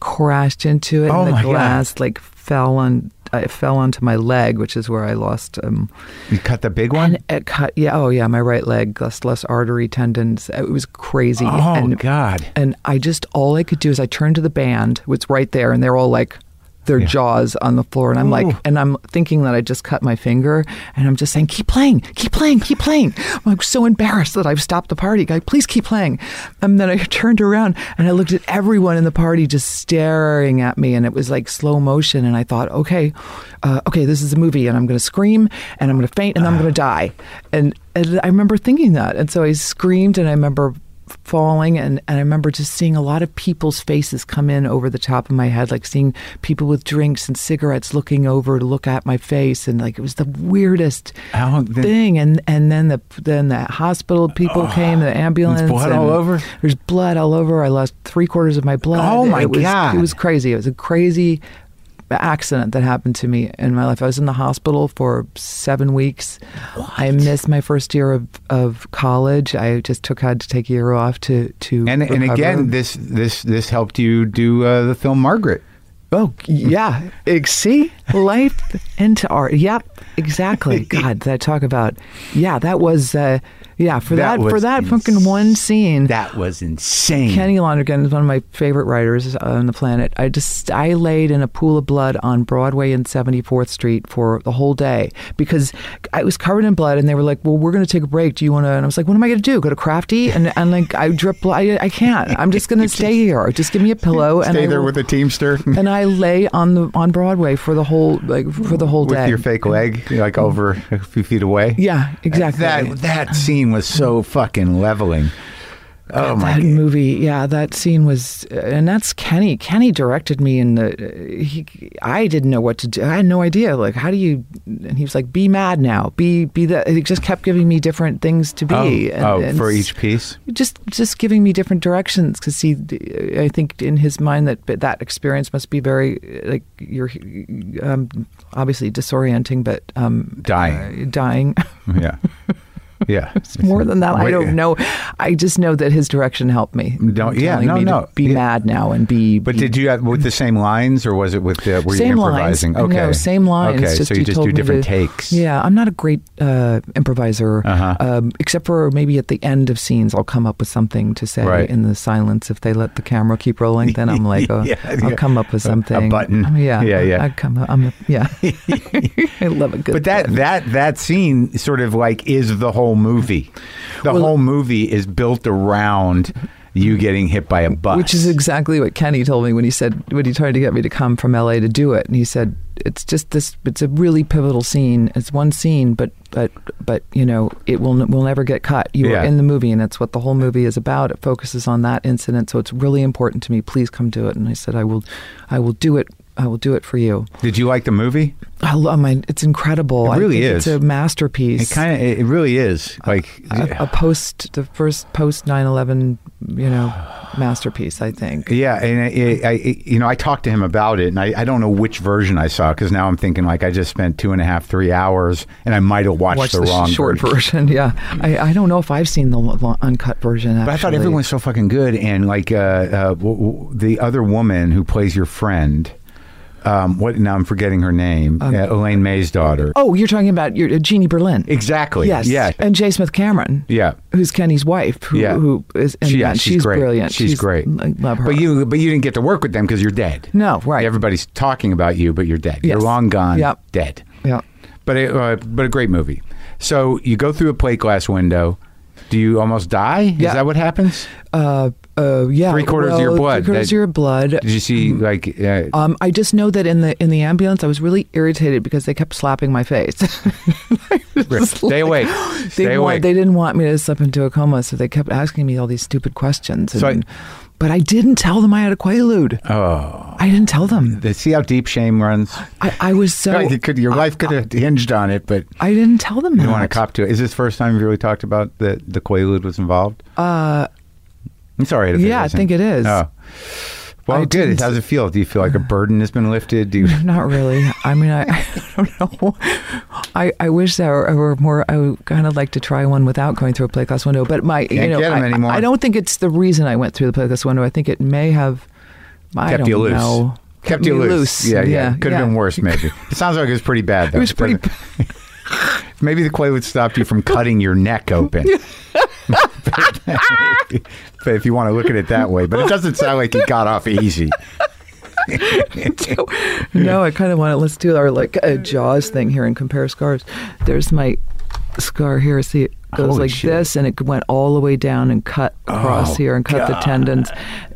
Speaker 3: crashed into it
Speaker 1: Oh,
Speaker 3: and
Speaker 1: my
Speaker 3: the
Speaker 1: God.
Speaker 3: glass like fell on I fell onto my leg, which is where I lost um
Speaker 1: You cut the big one?
Speaker 3: and it cut yeah oh yeah my right leg lost less artery tendons it was crazy
Speaker 1: oh,
Speaker 3: and
Speaker 1: God.
Speaker 3: and I just all I could do is I turned to the band was right there and they're all like their jaws on the floor. And I'm like, and I'm thinking that I just cut my finger. And I'm just saying, keep playing, keep playing, keep playing. I'm like, so embarrassed that I've stopped the party. Guy, please keep playing. And then I turned around and I looked at everyone in the party just staring at me. And it was like slow motion. And I thought, okay, uh, okay, this is a movie. And I'm going to scream and I'm going to faint and I'm going to die. And, and I remember thinking that. And so I screamed and I remember falling and, and I remember just seeing a lot of people's faces come in over the top of my head, like seeing people with drinks and cigarettes looking over to look at my face and like it was the weirdest
Speaker 1: How- then-
Speaker 3: thing. And and then the then the hospital people came, the ambulance
Speaker 1: Oh, blood all
Speaker 3: and
Speaker 1: over?
Speaker 3: There's blood all over. I lost three quarters of my blood.
Speaker 1: Oh, my
Speaker 3: it was,
Speaker 1: God.
Speaker 3: It was crazy. It was a crazy accident that happened to me in my life. I was in the hospital for seven weeks. I missed my first year of, of college. I just took had to take a year off to to
Speaker 1: And and
Speaker 3: recover.
Speaker 1: again, this this this helped you do uh, the film Margaret.
Speaker 3: oh yeah, Ex- see life into art. Yep, exactly. God, that talk about yeah, that was uh, yeah for
Speaker 1: That
Speaker 3: that, for
Speaker 1: was
Speaker 3: that fucking one scene.
Speaker 1: That was insane.
Speaker 3: Kenny Lonergan is one of my favorite writers on the planet. I just I laid in a pool of blood on Broadway and 74th Street for the whole day because I was covered in blood, and they were like, "Well, we're going to take a break. Do you want to?" And I was like, "What am I going to do? Go to Crafty?" And and like I drip blood. I, I can't. I'm just going to stay here. Just give me a pillow and
Speaker 1: Stay
Speaker 3: I
Speaker 1: there
Speaker 3: will-
Speaker 1: with a teamster
Speaker 3: and I lay on the on Broadway for the whole like for the whole
Speaker 1: with
Speaker 3: day.
Speaker 1: your fake leg, like over a few feet away.
Speaker 3: yeah, exactly.
Speaker 1: That that scene was so fucking leveling. Oh my
Speaker 3: that movie yeah that scene was uh, and that's kenny kenny directed me in the uh, he i didn't know what to do i had no idea like how do you and he was like be mad now be be that he just kept giving me different things to be
Speaker 1: Oh,
Speaker 3: and,
Speaker 1: oh,
Speaker 3: and
Speaker 1: for
Speaker 3: s-
Speaker 1: each piece.
Speaker 3: just just giving me different directions because he i think in his mind that but that experience must be very like you're um, obviously disorienting but um
Speaker 1: Dying.
Speaker 3: uh, dying
Speaker 1: Yeah. Yeah.
Speaker 3: more than that. I
Speaker 1: Wait,
Speaker 3: don't know. I just know that his direction helped me.
Speaker 1: Don't- yeah,
Speaker 3: telling
Speaker 1: no,
Speaker 3: me to
Speaker 1: no.
Speaker 3: Be
Speaker 1: Yeah.
Speaker 3: mad now and be.
Speaker 1: But
Speaker 3: be-
Speaker 1: did you have with the same lines, or was it with the, were
Speaker 3: same
Speaker 1: you
Speaker 3: lines?
Speaker 1: improvising? okay,
Speaker 3: No, same lines.
Speaker 1: Okay,
Speaker 3: just
Speaker 1: so you just
Speaker 3: told
Speaker 1: do
Speaker 3: me
Speaker 1: different
Speaker 3: to-
Speaker 1: takes.
Speaker 3: Yeah, I'm not a great uh, improviser,
Speaker 1: Uh-huh.
Speaker 3: um, except for maybe at the end of scenes, I'll come up with something to say
Speaker 1: Right.
Speaker 3: in the silence. If they let the camera keep rolling, then I'm like, oh,
Speaker 1: Yeah,
Speaker 3: I'll
Speaker 1: yeah.
Speaker 3: come up with
Speaker 1: A- a
Speaker 3: something.
Speaker 1: button.
Speaker 3: Yeah,
Speaker 1: Yeah, yeah.
Speaker 3: I come. up- I'm a, yeah. I love a good.
Speaker 1: But that that that scene sort of like is the whole movie. The
Speaker 3: Well-
Speaker 1: whole movie is built around you getting hit by a bus,
Speaker 3: Which is exactly what Kenny told me when he said when he tried to get me to come from LA to do it, and he said it's just this. It's a really pivotal scene. It's one scene, but but but you know it will n- will never get cut. You
Speaker 1: Yeah.
Speaker 3: are in the movie, and that's what the whole movie is about. It focuses on that incident, so it's really important to me. Please come do it. And I said I will, I will do it. I will do it for you.
Speaker 1: Did you like the movie?
Speaker 3: I love my. It's incredible.
Speaker 1: It really
Speaker 3: I think
Speaker 1: is.
Speaker 3: It's a masterpiece
Speaker 1: It kind of it it really is like
Speaker 3: a, a post the first post 9-11 you know masterpiece i think
Speaker 1: Yeah, and I, I, I, you know, I talked to him about it, and I, I don't know which version I saw because now I'm thinking like I just spent two and a half, three hours, and I might have watched
Speaker 3: watch
Speaker 1: the,
Speaker 3: the,
Speaker 1: wrong
Speaker 3: short
Speaker 1: version.
Speaker 3: version. Yeah, I, I don't know if I've seen the lo- lo- uncut version. Actually.
Speaker 1: But I thought everyone was so fucking good, and like uh, uh, w- w- the other woman who plays your friend, um, what now I'm forgetting her name, uh, Elaine May's daughter.
Speaker 3: Um, Oh, you're talking about your uh, Jeannie Berlin.
Speaker 1: exactly.
Speaker 3: Yes.
Speaker 1: Yeah.
Speaker 3: And Jay Smith Cameron.
Speaker 1: Yeah.
Speaker 3: Who's Kenny's wife? Who,
Speaker 1: Yeah.
Speaker 3: Who is? And
Speaker 1: She- yeah,
Speaker 3: and
Speaker 1: she's, great.
Speaker 3: brilliant.
Speaker 1: She's, great.
Speaker 3: I love her.
Speaker 1: But you, but you didn't get to work with them because you're dead.
Speaker 3: No, right.
Speaker 1: Everybody's talking about you, but you're dead. You're
Speaker 3: Yes.
Speaker 1: long gone.
Speaker 3: Yep.
Speaker 1: Dead.
Speaker 3: Yeah.
Speaker 1: But a, uh, but a great movie. So you go through a plate glass window. Do you almost die? Is
Speaker 3: Yeah.
Speaker 1: that what happens?
Speaker 3: Uh, uh, yeah.
Speaker 1: Three-quarters of your
Speaker 3: well,
Speaker 1: blood.
Speaker 3: Three quarters of
Speaker 1: That-
Speaker 3: your blood.
Speaker 1: Did you see like? Uh,
Speaker 3: Um, I just know that in the in the ambulance, I was really irritated because they kept slapping my face.
Speaker 1: stay awake.
Speaker 3: they,
Speaker 1: Stay
Speaker 3: didn't want-
Speaker 1: awake.
Speaker 3: they didn't want me to slip into a coma, so they kept asking me all these stupid questions.
Speaker 1: So I-
Speaker 3: and- but I didn't tell them I had a Quaalude.
Speaker 1: oh,
Speaker 3: I didn't tell them.
Speaker 1: They see how deep shame runs.
Speaker 3: I, I was so.
Speaker 1: Right, you could-
Speaker 3: Uh,
Speaker 1: your life could have hinged on it, but
Speaker 3: I didn't tell them
Speaker 1: you
Speaker 3: that.
Speaker 1: don't want to cop to it. Is this the first time you really talked about that the Quaalude was involved? Uh, I'm sorry. If
Speaker 3: yeah, I
Speaker 1: it isn't.
Speaker 3: think it is.
Speaker 1: Oh. Well,
Speaker 3: I
Speaker 1: good.
Speaker 3: didn't-
Speaker 1: How does it feel? Do you feel like a burden has been lifted? Do you?
Speaker 3: Not really. I mean, I, I don't know. I, I wish there were, were more. I would kind of like to try one without going through a plate glass window. But my, you
Speaker 1: Can't
Speaker 3: know,
Speaker 1: get 'em
Speaker 3: I,
Speaker 1: anymore.
Speaker 3: I don't think it's the reason I went through the plate glass window. I think it may have. I
Speaker 1: kept
Speaker 3: don't
Speaker 1: you loose.
Speaker 3: know.
Speaker 1: Kept,
Speaker 3: me
Speaker 1: you loose. Yeah, yeah.
Speaker 3: yeah
Speaker 1: Could have
Speaker 3: yeah.
Speaker 1: been worse, maybe. It sounds like it was pretty bad, though.
Speaker 3: It was pretty.
Speaker 1: Doesn't- Maybe the Quaalude stopped you from cutting your neck open. but if you want to look at it that way, but it doesn't sound like you got off easy.
Speaker 3: no, I kind of want to. Let's do our like a Jaws thing here and compare scars. There's my scar here. See, it goes
Speaker 1: Holy
Speaker 3: like
Speaker 1: shit.
Speaker 3: this, and it went all the way down and cut across
Speaker 1: Oh,
Speaker 3: here and cut the tendons.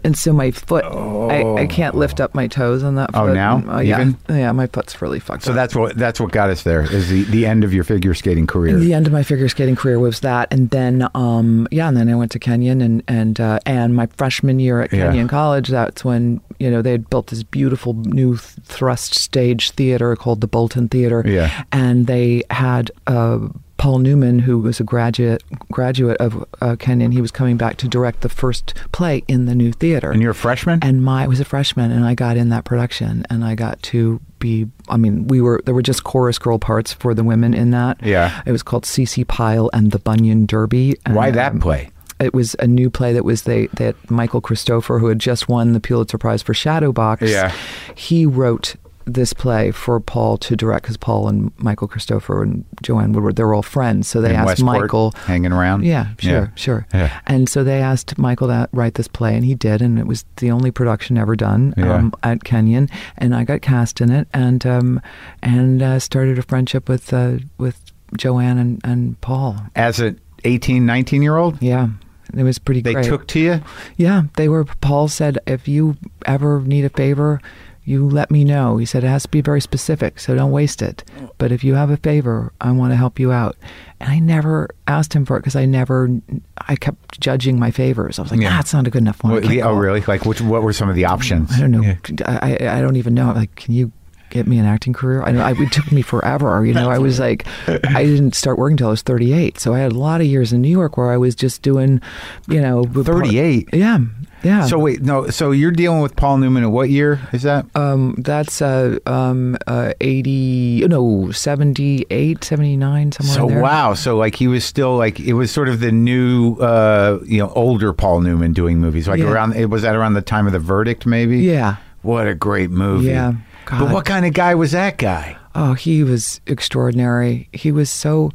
Speaker 3: And so my foot, I, I can't lift up my toes on that.
Speaker 1: Oh,
Speaker 3: foot.
Speaker 1: now?
Speaker 3: Uh, yeah,
Speaker 1: Even?
Speaker 3: yeah, my foot's really fucked.
Speaker 1: So
Speaker 3: up.
Speaker 1: that's what that's what got us there is the, the end of your figure skating career.
Speaker 3: The end of my figure skating career was that, and then um, yeah, and then I went to Kenyon, and and uh, and my freshman year at
Speaker 1: Yeah.
Speaker 3: Kenyon College, that's when you know they had built this beautiful new th- thrust stage theater called the Bolton Theater,
Speaker 1: Yeah.
Speaker 3: and they had. Uh, Paul Newman, who was a graduate graduate of uh, Kenyon, he was coming back to direct the first play in the new theater
Speaker 1: And you're a freshman?
Speaker 3: and my I was a freshman and I got in that production and I got to be I mean we were there were just chorus girl parts for the women in that
Speaker 1: Yeah.
Speaker 3: it was called CC Pyle and the Bunyan Derby and,
Speaker 1: Why that
Speaker 3: um,
Speaker 1: play?
Speaker 3: it was a new play that was they that Michael Christopher who had just won the Pulitzer Prize for Shadowbox
Speaker 1: Yeah.
Speaker 3: he wrote this play for Paul to direct because Paul and Michael Christopher and Joanne Woodward they were all friends so they
Speaker 1: In
Speaker 3: asked
Speaker 1: Westport,
Speaker 3: Michael
Speaker 1: hanging around.
Speaker 3: yeah, sure, sure.
Speaker 1: Yeah.
Speaker 3: And so they asked Michael to write this play, and he did, and it was the only production ever done
Speaker 1: Yeah.
Speaker 3: um, at Kenyon, and I got cast in it, and um, and uh, started a friendship with uh, with Joanne and, and Paul.
Speaker 1: As an 18, 19 year old,
Speaker 3: Yeah, it was pretty.
Speaker 1: they
Speaker 3: great.
Speaker 1: took to you.
Speaker 3: Yeah, they were. Paul said, if you ever need a favor. You let me know. He said it has to be very specific, so don't waste it. But if you have a favor, I want to help you out. And I never asked him for it because I never, I kept judging my favors. I was like,
Speaker 1: Yeah.
Speaker 3: ah, it's not a good enough one. I
Speaker 1: What-
Speaker 3: can't
Speaker 1: oh,
Speaker 3: call."
Speaker 1: really? Like, which, what were some of the options?
Speaker 3: I don't know. I, I I don't even know. Like, can you get me an acting career? I know I, it took me forever. You know, I was like, I didn't start working till I was 38. So I had a lot of years in New York where I was just doing, you know, with part-
Speaker 1: 38?
Speaker 3: Yeah. Yeah.
Speaker 1: So wait, no. So you're dealing with Paul Newman at what year is that?
Speaker 3: um, that's uh, um, uh, 80, no, 78, 79, somewhere
Speaker 1: So
Speaker 3: in there.
Speaker 1: wow, so like he was still like it was sort of the new, uh, you know, older Paul Newman doing movies. Like
Speaker 3: Yeah.
Speaker 1: around it was that around the time of the verdict, maybe.
Speaker 3: Yeah.
Speaker 1: What a great movie.
Speaker 3: Yeah.
Speaker 1: But
Speaker 3: God.
Speaker 1: what kind of guy was that guy?
Speaker 3: Oh, he was extraordinary. He was so.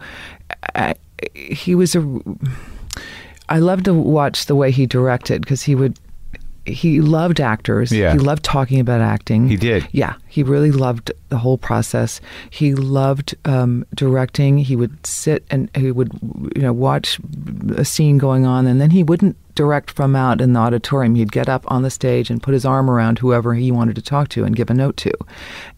Speaker 3: I, he was a. I loved to watch the way he directed because he would. He loved actors.
Speaker 1: Yeah.
Speaker 3: He loved talking about acting.
Speaker 1: He did.
Speaker 3: Mm-hmm. Yeah. He really loved the whole process. He loved um, directing. He would sit and he would, you know, watch a scene going on, and then he wouldn't direct from out in the auditorium. He'd get up on the stage and put his arm around whoever he wanted to talk to and give a note to,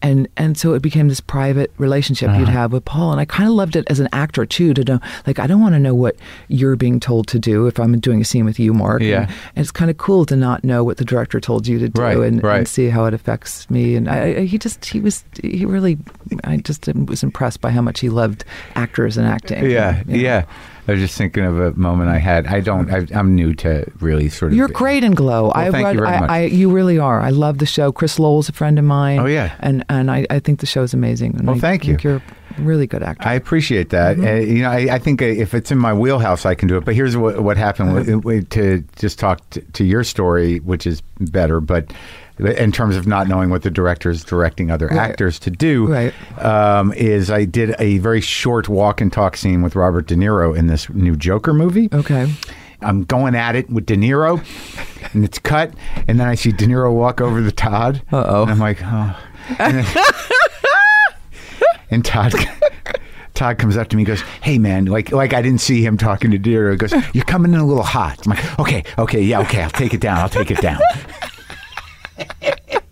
Speaker 3: and and so it became this private relationship
Speaker 1: Uh-huh.
Speaker 3: you'd have with Paul. And I kind of loved it as an actor too to know, like, I don't want to know what you're being told to do if I'm doing a scene with you, Mark.
Speaker 1: Yeah.
Speaker 3: And, and it's kind of cool to not know what the director told you to do
Speaker 1: Right,
Speaker 3: and,
Speaker 1: right.
Speaker 3: and see how it affects me. And I, I, he just, he was, he really, I just am- was impressed by how much he loved actors and acting.
Speaker 1: Yeah, yeah. I was just thinking of a moment I had. I don't. I, I'm new to really sort of.
Speaker 3: You're great in Glow. I
Speaker 1: thank you very
Speaker 3: I,
Speaker 1: much.
Speaker 3: I, you really are. I love the show. Chris Lowell's a friend of mine.
Speaker 1: Oh, yeah.
Speaker 3: and and I, I think the show's amazing. And
Speaker 1: Well,
Speaker 3: I
Speaker 1: thank you.
Speaker 3: think You're a really good actor.
Speaker 1: I appreciate that.
Speaker 3: Mm-hmm.
Speaker 1: Uh, you know, I, I think uh, if it's in my wheelhouse, I can do it. But here's what, what happened
Speaker 3: Uh-huh.
Speaker 1: with- with- to just talk t- to your story, which is better, but in terms of not knowing what the director is directing other
Speaker 3: Right.
Speaker 1: actors to do,
Speaker 3: Right.
Speaker 1: um, is I did a very short walk and talk scene with Robert De Niro in this new Joker movie.
Speaker 3: okay.
Speaker 1: I'm going at it with De Niro, and it's cut, and then I see De Niro walk over to Todd.
Speaker 3: Uh-oh.
Speaker 1: And I'm like, oh. And, then- and Todd. Todd comes up to me and goes, Hey man, like like I didn't see him talking to De Niro. He goes, You're coming in a little hot. I'm like, Okay, okay, yeah, okay, I'll take it down. I'll take it down.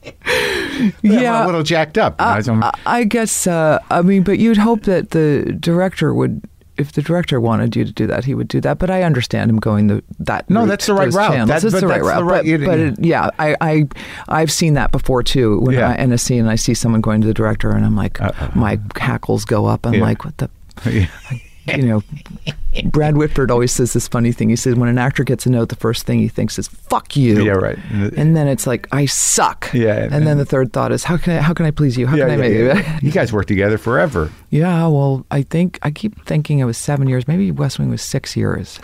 Speaker 1: I'm a
Speaker 3: Yeah. Uh,
Speaker 1: little jacked up. you know, so I'm-
Speaker 3: I- I guess. Uh, I mean, but you'd hope that the director would. If the director wanted you to do that, he would do that. But I understand him going the that.
Speaker 1: No,
Speaker 3: route,
Speaker 1: that's the right
Speaker 3: those
Speaker 1: route.
Speaker 3: channels.
Speaker 1: That's-
Speaker 3: It's
Speaker 1: but
Speaker 3: the right
Speaker 1: that's
Speaker 3: route.
Speaker 1: the right-
Speaker 3: but
Speaker 1: you-
Speaker 3: but it, yeah, I, I I've seen that before too. When
Speaker 1: Yeah.
Speaker 3: I in a scene, I see someone going to the director, and I'm like, my hackles go up. I'm
Speaker 1: Yeah.
Speaker 3: like, what the you know, Brad Whitford always says this funny thing. He says, when an actor gets a note, the first thing he thinks is "fuck you."
Speaker 1: Yeah, right.
Speaker 3: And then it's like, "I suck."
Speaker 1: Yeah,
Speaker 3: And,
Speaker 1: and-
Speaker 3: then the third thought is, "How can I? How can I please you? How
Speaker 1: yeah,
Speaker 3: can I
Speaker 1: yeah,
Speaker 3: make you?"
Speaker 1: yeah. You guys work together forever.
Speaker 3: yeah. Well, I think I keep thinking it was seven years. Maybe West Wing was six years.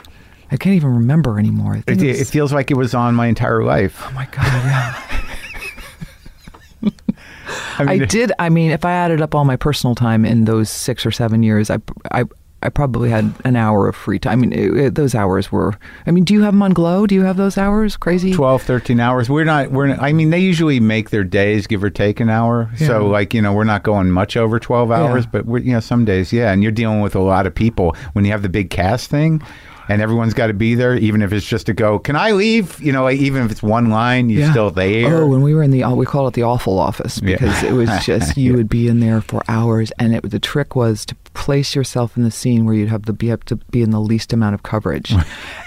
Speaker 3: I can't even remember anymore. I
Speaker 1: It,
Speaker 3: think it was-
Speaker 1: it feels like it was on my entire life.
Speaker 3: oh my god. Yeah.
Speaker 1: mean,
Speaker 3: I did. I mean, if I added up all my personal time in those six or seven years, I, I, I probably had an hour of free time. I mean, it, it- those hours were. I mean, do you have them on Glow? Do you have those hours? Crazy.
Speaker 1: 12 13 hours we're not we're not, i mean they usually make their days give or take an hour so like you know we're not going much over 12 hours but we're you know some days yeah and you're dealing with a lot of people when you have the big cast thing and everyone's got to be there even if it's just to go can i leave you know like, even if it's one line you're
Speaker 3: Yeah.
Speaker 1: still there
Speaker 3: Oh, when we were in the we called it the awful office
Speaker 1: Yeah.
Speaker 3: because it was just you would be in there for hours, and it the trick was to place yourself in the scene where you'd have the be have to be in the least amount of coverage,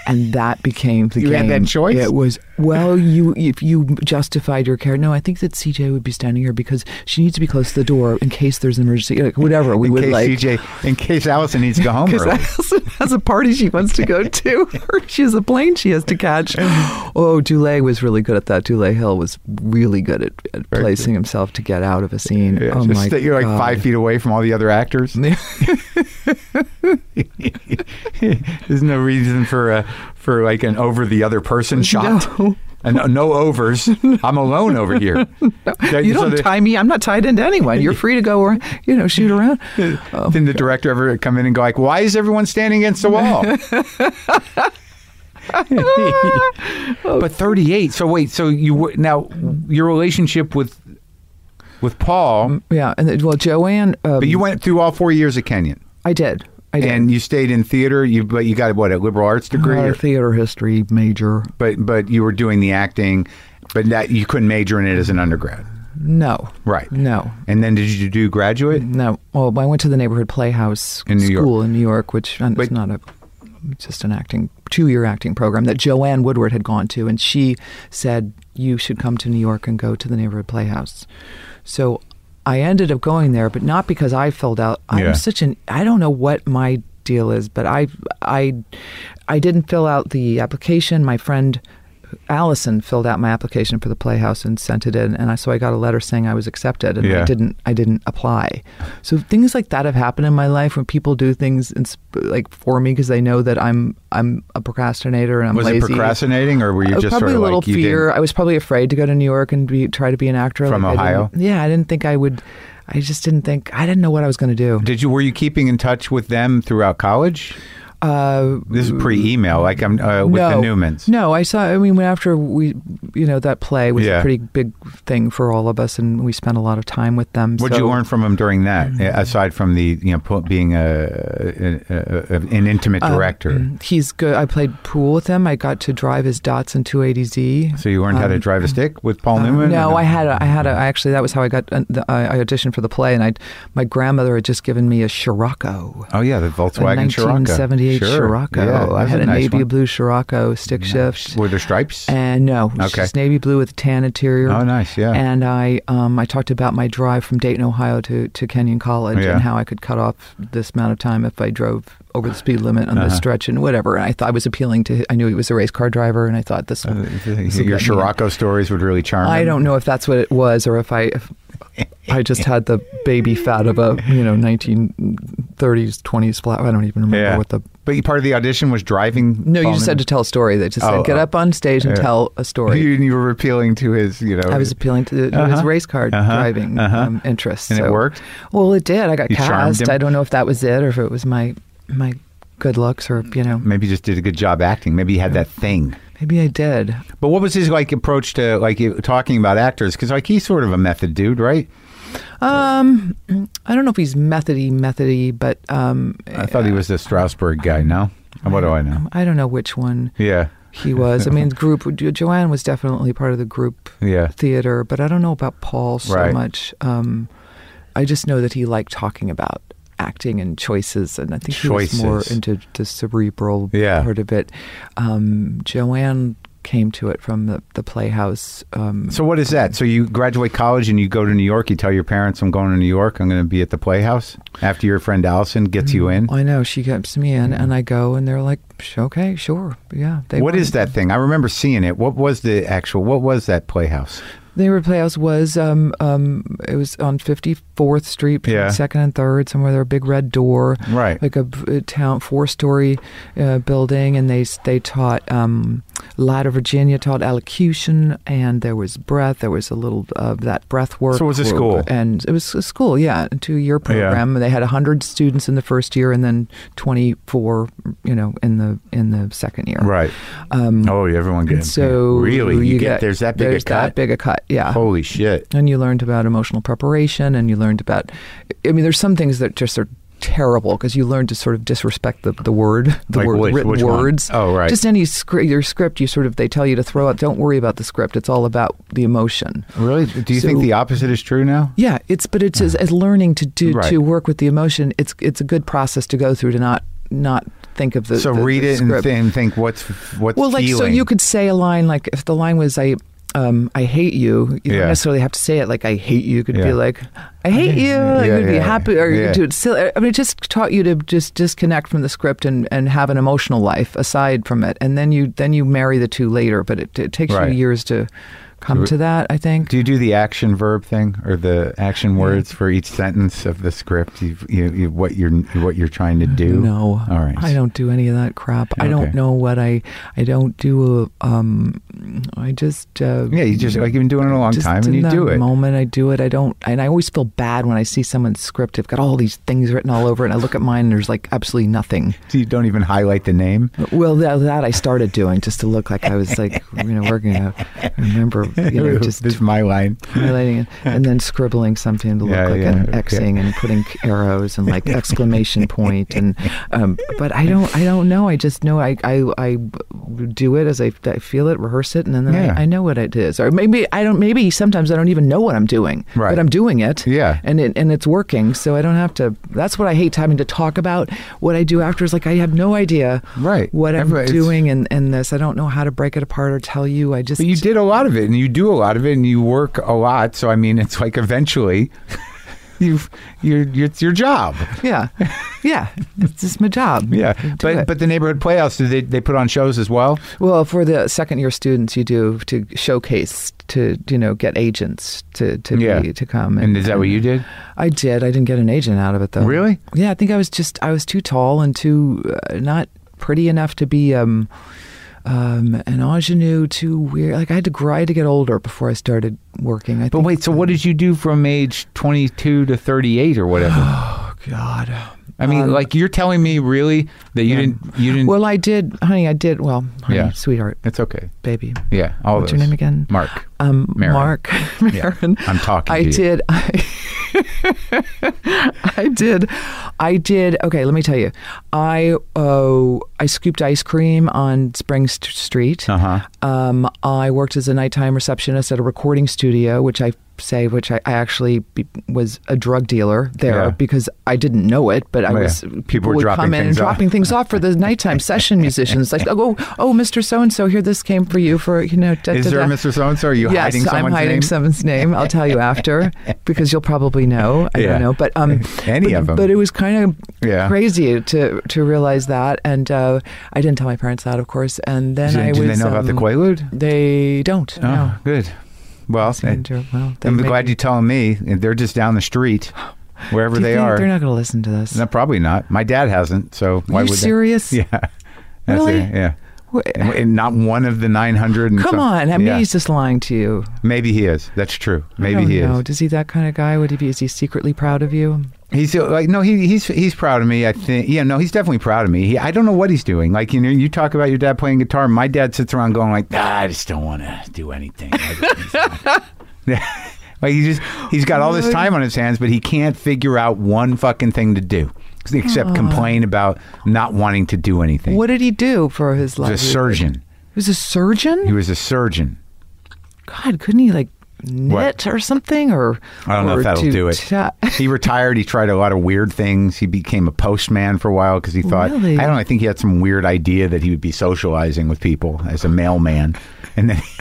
Speaker 3: and that became the
Speaker 1: You had
Speaker 3: game.
Speaker 1: that choice?
Speaker 3: It was well, you if you justified your care. No, I think that CJ would be standing here because she needs to be close to the door in case there's an emergency, like whatever. We
Speaker 1: in
Speaker 3: would
Speaker 1: case
Speaker 3: like
Speaker 1: cj in case allison needs to go home
Speaker 3: because
Speaker 1: early.
Speaker 3: Allison has a party she wants to go to, or she has a plane she has to catch. Oh, Dulé was really good at that. Dulé Hill was really good at, at
Speaker 1: Very
Speaker 3: placing himself to get out of a scene.
Speaker 1: Yeah,
Speaker 3: oh
Speaker 1: just
Speaker 3: my
Speaker 1: that you're like
Speaker 3: God.
Speaker 1: five feet away from all the other actors. There's no reason for uh, for like an over the other person shot.
Speaker 3: No.
Speaker 1: And no- no overs. I'm alone over here. That-
Speaker 3: You
Speaker 1: so
Speaker 3: don't
Speaker 1: the-
Speaker 3: tie me. I'm not tied into anyone. You're free to go or you know shoot around. Oh,
Speaker 1: Didn't the director ever come in and go like, "Why is everyone standing against the wall?" but 38. So wait. So you were- now your relationship with with Paul,
Speaker 3: yeah, and then- well, Joanne. Um,
Speaker 1: but you went through all four years at Kenyon.
Speaker 3: I did. I did.
Speaker 1: and you stayed in theater. You but you got what a liberal arts degree,
Speaker 3: Uh,
Speaker 1: or-
Speaker 3: theater history major.
Speaker 1: but but you were doing the acting, but that you couldn't major in it as an undergrad,
Speaker 3: No.
Speaker 1: right?
Speaker 3: No.
Speaker 1: And then did you do graduate?
Speaker 3: No. Well, I went to the neighborhood playhouse
Speaker 1: In New York.
Speaker 3: school in New York, which and
Speaker 1: But-
Speaker 3: it's not a just an acting two-year acting program that Joanne Woodward had gone to, and she said you should come to New York and go to the neighborhood playhouse. So I ended up going there, but not because I filled out. I'm
Speaker 1: Yeah.
Speaker 3: such an I don't know what my deal is, but I I I didn't fill out the application. My friend. Allison filled out my application for the Playhouse and sent it in, and I, so I got a letter saying I was accepted, and
Speaker 1: Yeah.
Speaker 3: I didn't I didn't apply. So things like that have happened in my life when people do things in, sp- like for me because they know that I'm I'm a procrastinator and I'm
Speaker 1: Was
Speaker 3: lazy.
Speaker 1: it procrastinating, or were you
Speaker 3: Uh,
Speaker 1: just
Speaker 3: probably
Speaker 1: sort of
Speaker 3: a little
Speaker 1: like you
Speaker 3: fear.
Speaker 1: didn't-
Speaker 3: I was probably afraid to go to New York and be, try to be an actor
Speaker 1: From
Speaker 3: like, I
Speaker 1: Ohio?
Speaker 3: didn't- yeah, I didn't think I would. I just didn't think I didn't know what I was going to do.
Speaker 1: Did you were you keeping in touch with them throughout college?
Speaker 3: Uh,
Speaker 1: This is pre-email, like I'm uh, with
Speaker 3: no,
Speaker 1: the Newmans.
Speaker 3: No, I saw. I mean, when after we, you know, that play was
Speaker 1: Yeah.
Speaker 3: a pretty big thing for all of us, and we spent a lot of time with them.
Speaker 1: What'd
Speaker 3: so- Mm.
Speaker 1: you learn from them during that, aside from the you know pu- being a, a, a, an intimate
Speaker 3: Um,
Speaker 1: director?
Speaker 3: He's good. I played pool with him. I got to drive his Datsun 280Z.
Speaker 1: so you learned how to drive a stick with Paul
Speaker 3: um, Uh,
Speaker 1: Newman?
Speaker 3: no,
Speaker 1: or
Speaker 3: I had a, I had a, I actually that was how I got uh, the, I I auditioned for the play, and I my grandmother had just given me a Scirocco.
Speaker 1: Oh yeah, the Volkswagen
Speaker 3: a
Speaker 1: Scirocco.
Speaker 3: 1978
Speaker 1: Sure.
Speaker 3: Scirocco.
Speaker 1: Yeah,
Speaker 3: I
Speaker 1: that's
Speaker 3: had a,
Speaker 1: nice
Speaker 3: navy
Speaker 1: one.
Speaker 3: blue Scirocco stick shift.
Speaker 1: Were there stripes?
Speaker 3: And no, it was
Speaker 1: Okay.
Speaker 3: just navy blue with tan interior.
Speaker 1: Oh, nice, yeah.
Speaker 3: And I, um, I talked about my drive from Dayton, Ohio to, to Kenyon College
Speaker 1: Yeah.
Speaker 3: and how I could cut off this amount of time if I drove over the speed limit
Speaker 1: Uh-huh.
Speaker 3: on this stretch and whatever. And I thought I was appealing to. I knew he was a race car driver, and I thought
Speaker 1: Uh,
Speaker 3: this. will- this will
Speaker 1: Your
Speaker 3: get me in.
Speaker 1: Scirocco stories would really charm.
Speaker 3: I
Speaker 1: him.
Speaker 3: don't know if that's what it was, or if I, if I just had the baby fat of a you know 1930s 20s flat. I don't even remember
Speaker 1: Yeah.
Speaker 3: what the.
Speaker 1: But you- part of the audition was driving.
Speaker 3: No, you
Speaker 1: Paul
Speaker 3: just had to
Speaker 1: Newman?
Speaker 3: tell a story. They just
Speaker 1: Oh,
Speaker 3: said, get
Speaker 1: oh.
Speaker 3: up on stage and
Speaker 1: Yeah.
Speaker 3: tell a story.
Speaker 1: You, you were appealing to his, you know.
Speaker 3: I was appealing to, to his race car driving Um, interests.
Speaker 1: Uh-huh. And it worked?
Speaker 3: Well, it did. I got
Speaker 1: You charmed him?
Speaker 3: cast. I don't know if that was it or if it was my my good looks or you know
Speaker 1: maybe just did a good job acting. Maybe he had that thing.
Speaker 3: maybe I did.
Speaker 1: But what was his like approach to like you- talking about actors? Because like he's sort of a method dude, right?
Speaker 3: Um, I don't know if he's methody methody, but um,
Speaker 1: I thought he was the Strasbourg guy. No, what do I know?
Speaker 3: I don't know which one
Speaker 1: Yeah,
Speaker 3: he was. I mean, the group Jo- Joanne was definitely part of the group
Speaker 1: yeah.
Speaker 3: theater, but I don't know about Paul so
Speaker 1: Right.
Speaker 3: much. Um, I just know that he liked talking about acting and choices, and I think he was more
Speaker 1: Choices.
Speaker 3: into the cerebral
Speaker 1: Yeah.
Speaker 3: part of it. Um, Joanne came to it from the, the Playhouse. Um,
Speaker 1: So what is that? So you graduate college and you go to New York. You tell your parents, "I'm going to New York. I'm going to be at the Playhouse." After your friend Allison gets you in,
Speaker 3: Mm, I know she gets me in, and I go, and they're like, "Sh- "Okay, sure, yeah." They
Speaker 1: Mm-hmm. What
Speaker 3: want-
Speaker 1: is that thing? I remember seeing it. What was the actual? What was that playhouse?
Speaker 3: The neighborhood playhouse was um, um, it was on 54th Street between
Speaker 1: Yeah.
Speaker 3: Second and Third, somewhere there, a big red door,
Speaker 1: Right.
Speaker 3: Like a, b- a town four story uh, building, and they s- they taught um, Light of Virginia taught elocution, and there was breath. There was a little of that breath work.
Speaker 1: So it was a
Speaker 3: group,
Speaker 1: school.
Speaker 3: and it was a school, yeah, a two year program. They had 100 students in the first year, and then 24, you know, in the in the second year, Um,
Speaker 1: Right. oh, everyone gets
Speaker 3: So
Speaker 1: really you,
Speaker 3: you
Speaker 1: get, there's that big
Speaker 3: there's
Speaker 1: a cut.
Speaker 3: that big uh, a cut, yeah.
Speaker 1: Holy shit!
Speaker 3: and you learned about emotional preparation and you learned about i mean there's some things that just are terrible because you learn to sort of disrespect the, the word the
Speaker 1: Like
Speaker 3: word
Speaker 1: which-
Speaker 3: written
Speaker 1: which one?
Speaker 3: words
Speaker 1: Oh, right.
Speaker 3: just any script your script you sort of they tell you to throw out don't worry about the script it's all about the emotion
Speaker 1: Really? Do you
Speaker 3: So-
Speaker 1: think the opposite is true now?
Speaker 3: yeah it's but it's as, as learning to do
Speaker 1: Right.
Speaker 3: to work with the emotion it's it's a good process to go through to not not think of the
Speaker 1: So
Speaker 3: the-
Speaker 1: read
Speaker 3: the
Speaker 1: it and,
Speaker 3: script.
Speaker 1: th- and think what's f- what's
Speaker 3: Well, like so
Speaker 1: feeling.
Speaker 3: you could say a line like if the line was I um I hate you, you
Speaker 1: Yeah.
Speaker 3: don't necessarily have to say it like I hate you. You could
Speaker 1: Yeah.
Speaker 3: be like I hate you.
Speaker 1: you.
Speaker 3: you
Speaker 1: Yeah,
Speaker 3: could be
Speaker 1: yeah,
Speaker 3: happy or you
Speaker 1: yeah.
Speaker 3: could do it silly. I mean it just taught you to just disconnect from the script and, and have an emotional life aside from it. And then you then you marry the two later, but it, it takes
Speaker 1: Right.
Speaker 3: you years to come to that, I think.
Speaker 1: Do you do the action verb thing or the action words for each sentence of the script? You, you, you, what you're what you're trying to do?
Speaker 3: No,
Speaker 1: All right.
Speaker 3: I don't do any of that crap. I
Speaker 1: Okay.
Speaker 3: don't know what I. I don't do. A, um, I just. Uh,
Speaker 1: Yeah, you just like you've been doing it a long
Speaker 3: just
Speaker 1: time and
Speaker 3: in
Speaker 1: you
Speaker 3: that
Speaker 1: do it.
Speaker 3: moment I do it. I don't, and I always feel bad when I see someone's script. I've got all these things written all over, it, and I look at mine, and there's like absolutely nothing.
Speaker 1: So you don't even highlight the name.
Speaker 3: Well, that, that I started doing just to look like I was like, you know, working. out. I remember, you know, just
Speaker 1: this is my line.
Speaker 3: highlighting it, and then scribbling something to look
Speaker 1: Yeah,
Speaker 3: like
Speaker 1: yeah,
Speaker 3: an
Speaker 1: okay.
Speaker 3: Xing and putting arrows and like exclamation point and um, but I don't I don't know I just know I I, I do it as I, I feel it rehearse it and then
Speaker 1: Yeah.
Speaker 3: I, I know what it is or maybe I don't maybe sometimes I don't even know what I'm doing
Speaker 1: Right.
Speaker 3: but I'm doing it
Speaker 1: Yeah.
Speaker 3: and it, and it's working so I don't have to that's what I hate having to talk about what I do after is like I have no idea
Speaker 1: Right.
Speaker 3: what I'm
Speaker 1: Everybody- it's-
Speaker 3: doing and and this I don't know how to break it apart or tell you I just
Speaker 1: But you did a lot of it, and you do a lot of it, and you work a lot. So I mean, it's like eventually, you you're, you it's your job.
Speaker 3: Yeah, yeah. It's just my job.
Speaker 1: Yeah,
Speaker 3: Do
Speaker 1: but
Speaker 3: it.
Speaker 1: but the neighborhood playhouse, do they they put on shows as well?
Speaker 3: well, for the second year students, you do to showcase to you know get agents to to
Speaker 1: Yeah.
Speaker 3: be, to come.
Speaker 1: And is that what you did?
Speaker 3: I did. I didn't get an agent out of it though.
Speaker 1: Really?
Speaker 3: Yeah, I think I was just I was too tall and too uh, not pretty enough to be um um an ingenue. Too weird. Like I had to grow. I had to get older before I started working. I
Speaker 1: But
Speaker 3: think.
Speaker 1: wait, so what did you do from age 22 to 38 or whatever?
Speaker 3: Oh God.
Speaker 1: I mean,
Speaker 3: Um,
Speaker 1: like you're telling me really that you didn't you didn't.
Speaker 3: Well, I did, honey. I did. Well, honey,
Speaker 1: Yeah.
Speaker 3: sweetheart,
Speaker 1: it's okay.
Speaker 3: baby.
Speaker 1: Yeah, all
Speaker 3: What's your
Speaker 1: those.
Speaker 3: name again?
Speaker 1: Mark.
Speaker 3: um,
Speaker 1: Marin.
Speaker 3: Mark Marin.
Speaker 1: I'm talking
Speaker 3: I
Speaker 1: to you.
Speaker 3: did. I, I did. I did. Okay, let me tell you. I oh, I scooped ice cream on Spring St- Street.
Speaker 1: Uh huh.
Speaker 3: Um, I worked as a nighttime receptionist at a recording studio, which I say, which I, I actually be, was a drug dealer there
Speaker 1: Yeah.
Speaker 3: because I didn't know it, but I
Speaker 1: Oh, yeah.
Speaker 3: was.
Speaker 1: People
Speaker 3: People,
Speaker 1: were
Speaker 3: would
Speaker 1: dropping
Speaker 3: come in and
Speaker 1: things off.
Speaker 3: dropping things off for the nighttime session musicians. Like, oh, oh, oh, Mr. So and So, here, this came for you for you know. Da,
Speaker 1: Is
Speaker 3: da,
Speaker 1: there a
Speaker 3: da."
Speaker 1: Mr. So and So? Are you
Speaker 3: yes,
Speaker 1: hiding
Speaker 3: I'm
Speaker 1: someone's
Speaker 3: hiding
Speaker 1: name?
Speaker 3: someone's name. I'll tell you after because you'll probably know. I
Speaker 1: Yeah.
Speaker 3: don't know, but um,
Speaker 1: Any
Speaker 3: but,
Speaker 1: of 'em.
Speaker 3: But it was kind of
Speaker 1: Yeah.
Speaker 3: crazy to to realize that, and uh, I didn't tell my parents that, of course. And then
Speaker 1: Did-
Speaker 3: I
Speaker 1: do
Speaker 3: was.
Speaker 1: they know about the
Speaker 3: um,
Speaker 1: Quaalude?
Speaker 3: They don't.
Speaker 1: Oh,
Speaker 3: no.
Speaker 1: good. Well,
Speaker 3: It's been
Speaker 1: I-
Speaker 3: to- well, they
Speaker 1: I'm
Speaker 3: may-
Speaker 1: glad you're telling me. They're just down the street, wherever
Speaker 3: Do you
Speaker 1: they
Speaker 3: think
Speaker 1: are.
Speaker 3: They're not going to listen to this.
Speaker 1: No, probably not. My dad hasn't, so why
Speaker 3: Are you
Speaker 1: would
Speaker 3: serious?
Speaker 1: They? Yeah, That's
Speaker 3: Really?
Speaker 1: it, yeah.
Speaker 3: Wait,
Speaker 1: And, and not one of the 900. And
Speaker 3: Come
Speaker 1: some-
Speaker 3: on, I mean,
Speaker 1: yeah.
Speaker 3: he's just lying to you.
Speaker 1: Maybe he is. That's true.
Speaker 3: I
Speaker 1: Maybe
Speaker 3: don't
Speaker 1: he
Speaker 3: know.
Speaker 1: is.
Speaker 3: Is he that kind of guy? Would he be? Is he secretly proud of you?
Speaker 1: He's uh, like no, he, he's he's proud of me. I think. Yeah, no, he's definitely proud of me. He, I don't know what he's doing. Like you know, you talk about your dad playing guitar. My dad sits around going like, "Ah, I just don't want to do anything. I just- Yeah. like he just he's got all this time on his hands, but he can't figure out one fucking thing to do except complain about not wanting to do anything.
Speaker 3: What did he do for his
Speaker 1: He
Speaker 3: life?
Speaker 1: was a surgeon.
Speaker 3: He was a surgeon.
Speaker 1: He was a surgeon.
Speaker 3: God, couldn't he like knit or something? Or
Speaker 1: I don't know
Speaker 3: or
Speaker 1: if that'll do, it.
Speaker 3: ta-
Speaker 1: he retired. He tried a lot of weird things. He became a postman for a while because he thought
Speaker 3: Really?
Speaker 1: I don't. know, I think he had some weird idea that he would be socializing with people as a mailman, and then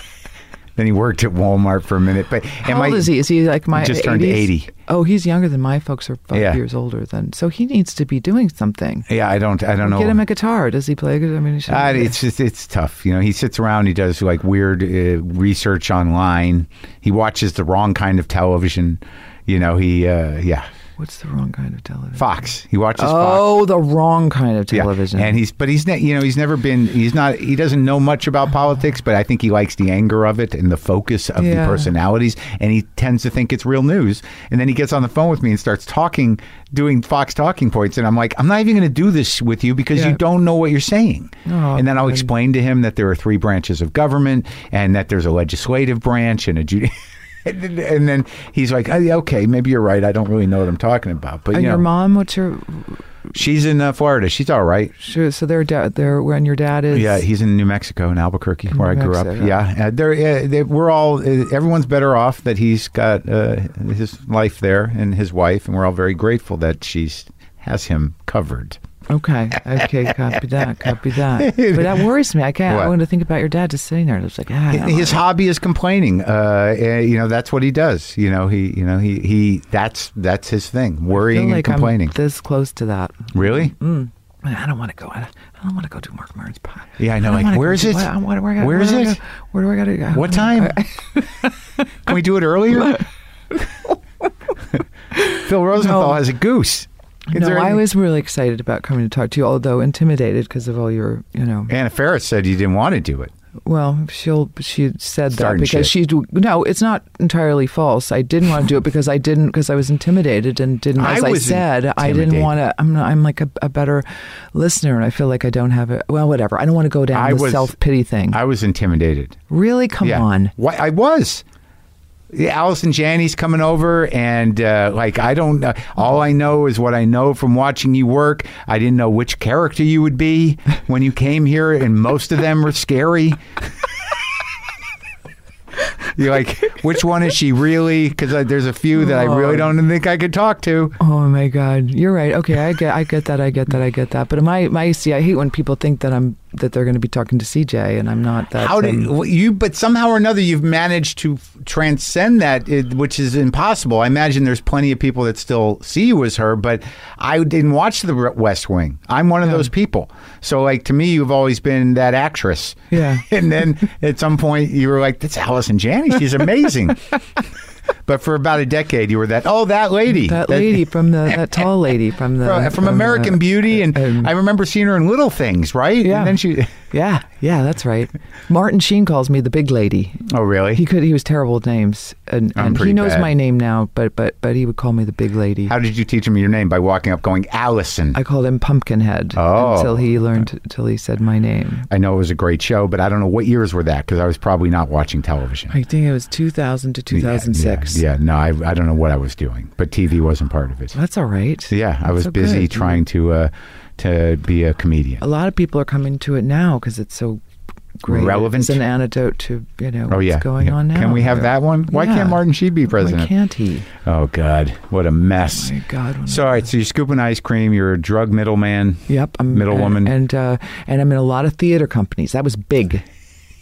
Speaker 1: Then he worked at Walmart for a minute. But
Speaker 3: How old is he? Is he like my?
Speaker 1: He just turned
Speaker 3: 80s?
Speaker 1: 80.
Speaker 3: Oh, he's younger than my folks are five
Speaker 1: Yeah.
Speaker 3: years older than. So he needs to be doing something.
Speaker 1: Yeah, I don't. I don't know.
Speaker 3: Get him a guitar. Does he play? a guitar? I mean, he should-
Speaker 1: Uh, it's just it's tough, you know. He sits around, he does like weird uh, research online. He watches the wrong kind of television, you know. He uh, yeah,
Speaker 3: what's the wrong kind of television?
Speaker 1: Fox. He watches Fox.
Speaker 3: Oh, the wrong kind of
Speaker 1: Yeah.
Speaker 3: television.
Speaker 1: And he's but he's ne- you know he's never been he's not he doesn't know much about politics, but I think he likes the anger of it and the focus of
Speaker 3: Yeah.
Speaker 1: the personalities, and he tends to think it's real news. And then he gets on the phone with me and starts talking, doing Fox talking points, and I'm like, I'm not even going to do this with you because
Speaker 3: Yeah. Oh,
Speaker 1: you don't know what you're saying.
Speaker 3: Aw,
Speaker 1: and then I'll explain to him that there are three branches of government and that there's a legislative branch and a judicial. And then- and then he's like, "Oh, yeah, "Okay, maybe you're right. I don't really know what I'm talking about." But
Speaker 3: and
Speaker 1: you
Speaker 3: your
Speaker 1: know,
Speaker 3: mom, what's your?
Speaker 1: she's in uh, Florida. She's all right.
Speaker 3: Sure, so their dad, their when your dad is.
Speaker 1: Yeah, he's in New Mexico in Albuquerque, where I
Speaker 3: New
Speaker 1: grew
Speaker 3: Mexico.
Speaker 1: up. Yeah, uh, there. Uh, they, we're all. Uh, everyone's better off that he's got uh, his life there and his wife, and we're all very grateful that she's has him covered.
Speaker 3: Okay. Okay. Copy that. Copy that. But that worries me. I can't. I
Speaker 1: What?
Speaker 3: want to think about your dad just sitting there. It's like ah. I don't
Speaker 1: His hobby is complaining. Uh, uh, you know that's what he does. You know he. You know he. He. That's that's his thing.
Speaker 3: I feel
Speaker 1: Worrying
Speaker 3: like
Speaker 1: and complaining.
Speaker 3: I'm Mm-hmm. this close to that.
Speaker 1: really?
Speaker 3: Man, I don't want to go. I don't, I don't want to go do Mark Maron's pod.
Speaker 1: Yeah, I know, like,
Speaker 3: don't wanna
Speaker 1: where
Speaker 3: go
Speaker 1: is
Speaker 3: do-
Speaker 1: it?
Speaker 3: what- I wanna- where I gotta-
Speaker 1: Where is
Speaker 3: do I
Speaker 1: it?
Speaker 3: gotta- Where do I got to go?
Speaker 1: What time? Can we do it earlier? Phil Rosenthal has a goose. Is
Speaker 3: No,
Speaker 1: there
Speaker 3: I
Speaker 1: any-
Speaker 3: was really excited about coming to talk to you, although intimidated because of all your, you know.
Speaker 1: Anna Ferris said you didn't want to do it.
Speaker 3: Well, she'll she said that
Speaker 1: Starting
Speaker 3: because she
Speaker 1: shit.
Speaker 3: no, it's not entirely false. I didn't want to do it because I didn't because I was intimidated and didn't.
Speaker 1: I
Speaker 3: As I,
Speaker 1: was
Speaker 3: said, I didn't
Speaker 1: intimidated.
Speaker 3: want to. I'm not, I'm like a, a better listener, and I feel like I don't have it. Well, whatever. I don't want to go down
Speaker 1: I
Speaker 3: the
Speaker 1: was-
Speaker 3: self pity thing.
Speaker 1: I was intimidated.
Speaker 3: really, come
Speaker 1: yeah.
Speaker 3: on.
Speaker 1: Why I was. Yeah, Allison Janney's coming over, and uh, like I don't know. All I know is what I know from watching you work. I didn't know which character you would be when you came here, and most of them were scary. You're like, which one is she really? Because there's a few that I really don't think I could talk to.
Speaker 3: Oh my God, you're right. Okay, I get, I get that, I get that, I get that. But my, my, see, I hate when people think that I'm that they're going to be talking to CJ, and I'm not. That
Speaker 1: How did
Speaker 3: um,
Speaker 1: well, you? But somehow or another, you've managed to f- transcend that, it- which is impossible. I imagine there's plenty of people that still see you as her, but I didn't watch The Re- West Wing. I'm one of those people. So, like to me, you've always been that actress.
Speaker 3: Yeah.
Speaker 1: and then at some point, you were like, "That's Allison Janney. She's amazing." but for about a decade, you were that. Oh, that lady.
Speaker 3: that lady Uh, from the that tall lady from the
Speaker 1: From, from
Speaker 3: the-
Speaker 1: American Beauty, and
Speaker 3: um,
Speaker 1: I remember seeing her in Little Things, right?
Speaker 3: Yeah.
Speaker 1: And then she.
Speaker 3: Yeah, yeah, that's right. Martin Sheen calls me the big lady.
Speaker 1: Oh, really?
Speaker 3: He could he was terrible with names and,
Speaker 1: I'm
Speaker 3: and he
Speaker 1: pretty
Speaker 3: knows
Speaker 1: bad.
Speaker 3: my name now, but but but he would call me the big lady.
Speaker 1: How did you teach him your name by walking up, going Allison?
Speaker 3: I called him Pumpkinhead
Speaker 1: Oh.
Speaker 3: until he learned until he said my name.
Speaker 1: I know it was a great show, but I don't know what years were that because I was probably not watching television.
Speaker 3: I think it was 2000 to 2006.
Speaker 1: Yeah, yeah, no, I, I don't know what I was doing, but TV wasn't part of it.
Speaker 3: That's all right.
Speaker 1: Yeah, I
Speaker 3: That's
Speaker 1: was
Speaker 3: so
Speaker 1: busy
Speaker 3: good.
Speaker 1: trying to uh, to be a comedian.
Speaker 3: A lot of people are coming to it now cuz it's so great.
Speaker 1: Relevant?
Speaker 3: It's an antidote to, you know,
Speaker 1: Oh yeah,
Speaker 3: what's going
Speaker 1: yeah.
Speaker 3: on now.
Speaker 1: Can we have that one? Why
Speaker 3: Yeah.
Speaker 1: can't Martin Sheen be
Speaker 3: Why
Speaker 1: president?
Speaker 3: can't he?
Speaker 1: Oh God, what a mess!
Speaker 3: My God. when I-
Speaker 1: So all right, so you're scooping ice cream. You're a drug middleman.
Speaker 3: Yep, I'm
Speaker 1: Middle
Speaker 3: and,
Speaker 1: woman.
Speaker 3: and uh, and I'm in a lot of theater companies. That was big,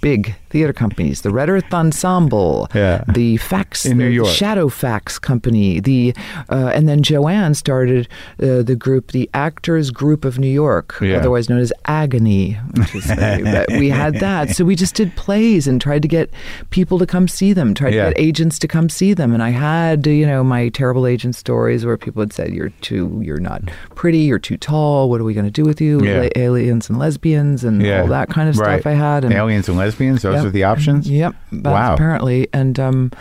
Speaker 3: big theater companies. The Red Earth Ensemble,
Speaker 1: Yeah.
Speaker 3: the Fax
Speaker 1: In New
Speaker 3: the
Speaker 1: York.
Speaker 3: Shadow Fax Company, the uh, and then Joanne started uh, the group, the Actors Group of New York,
Speaker 1: Yeah.
Speaker 3: otherwise known as Agony. Which is very, but we had that, so we just did plays and tried to get people to come see them, tried
Speaker 1: Yeah.
Speaker 3: to get agents to come see them, and I had you know my terrible agent stories where people had said you're too, you're not pretty, you're too tall. What are we going to do with you?
Speaker 1: Yeah.
Speaker 3: La- aliens and lesbians and all that kind of
Speaker 1: right.
Speaker 3: stuff I had. And,
Speaker 1: Aliens and lesbians. Those
Speaker 3: Yep.
Speaker 1: were the options.
Speaker 3: Yep. That's
Speaker 1: Wow.
Speaker 3: Apparently, and um,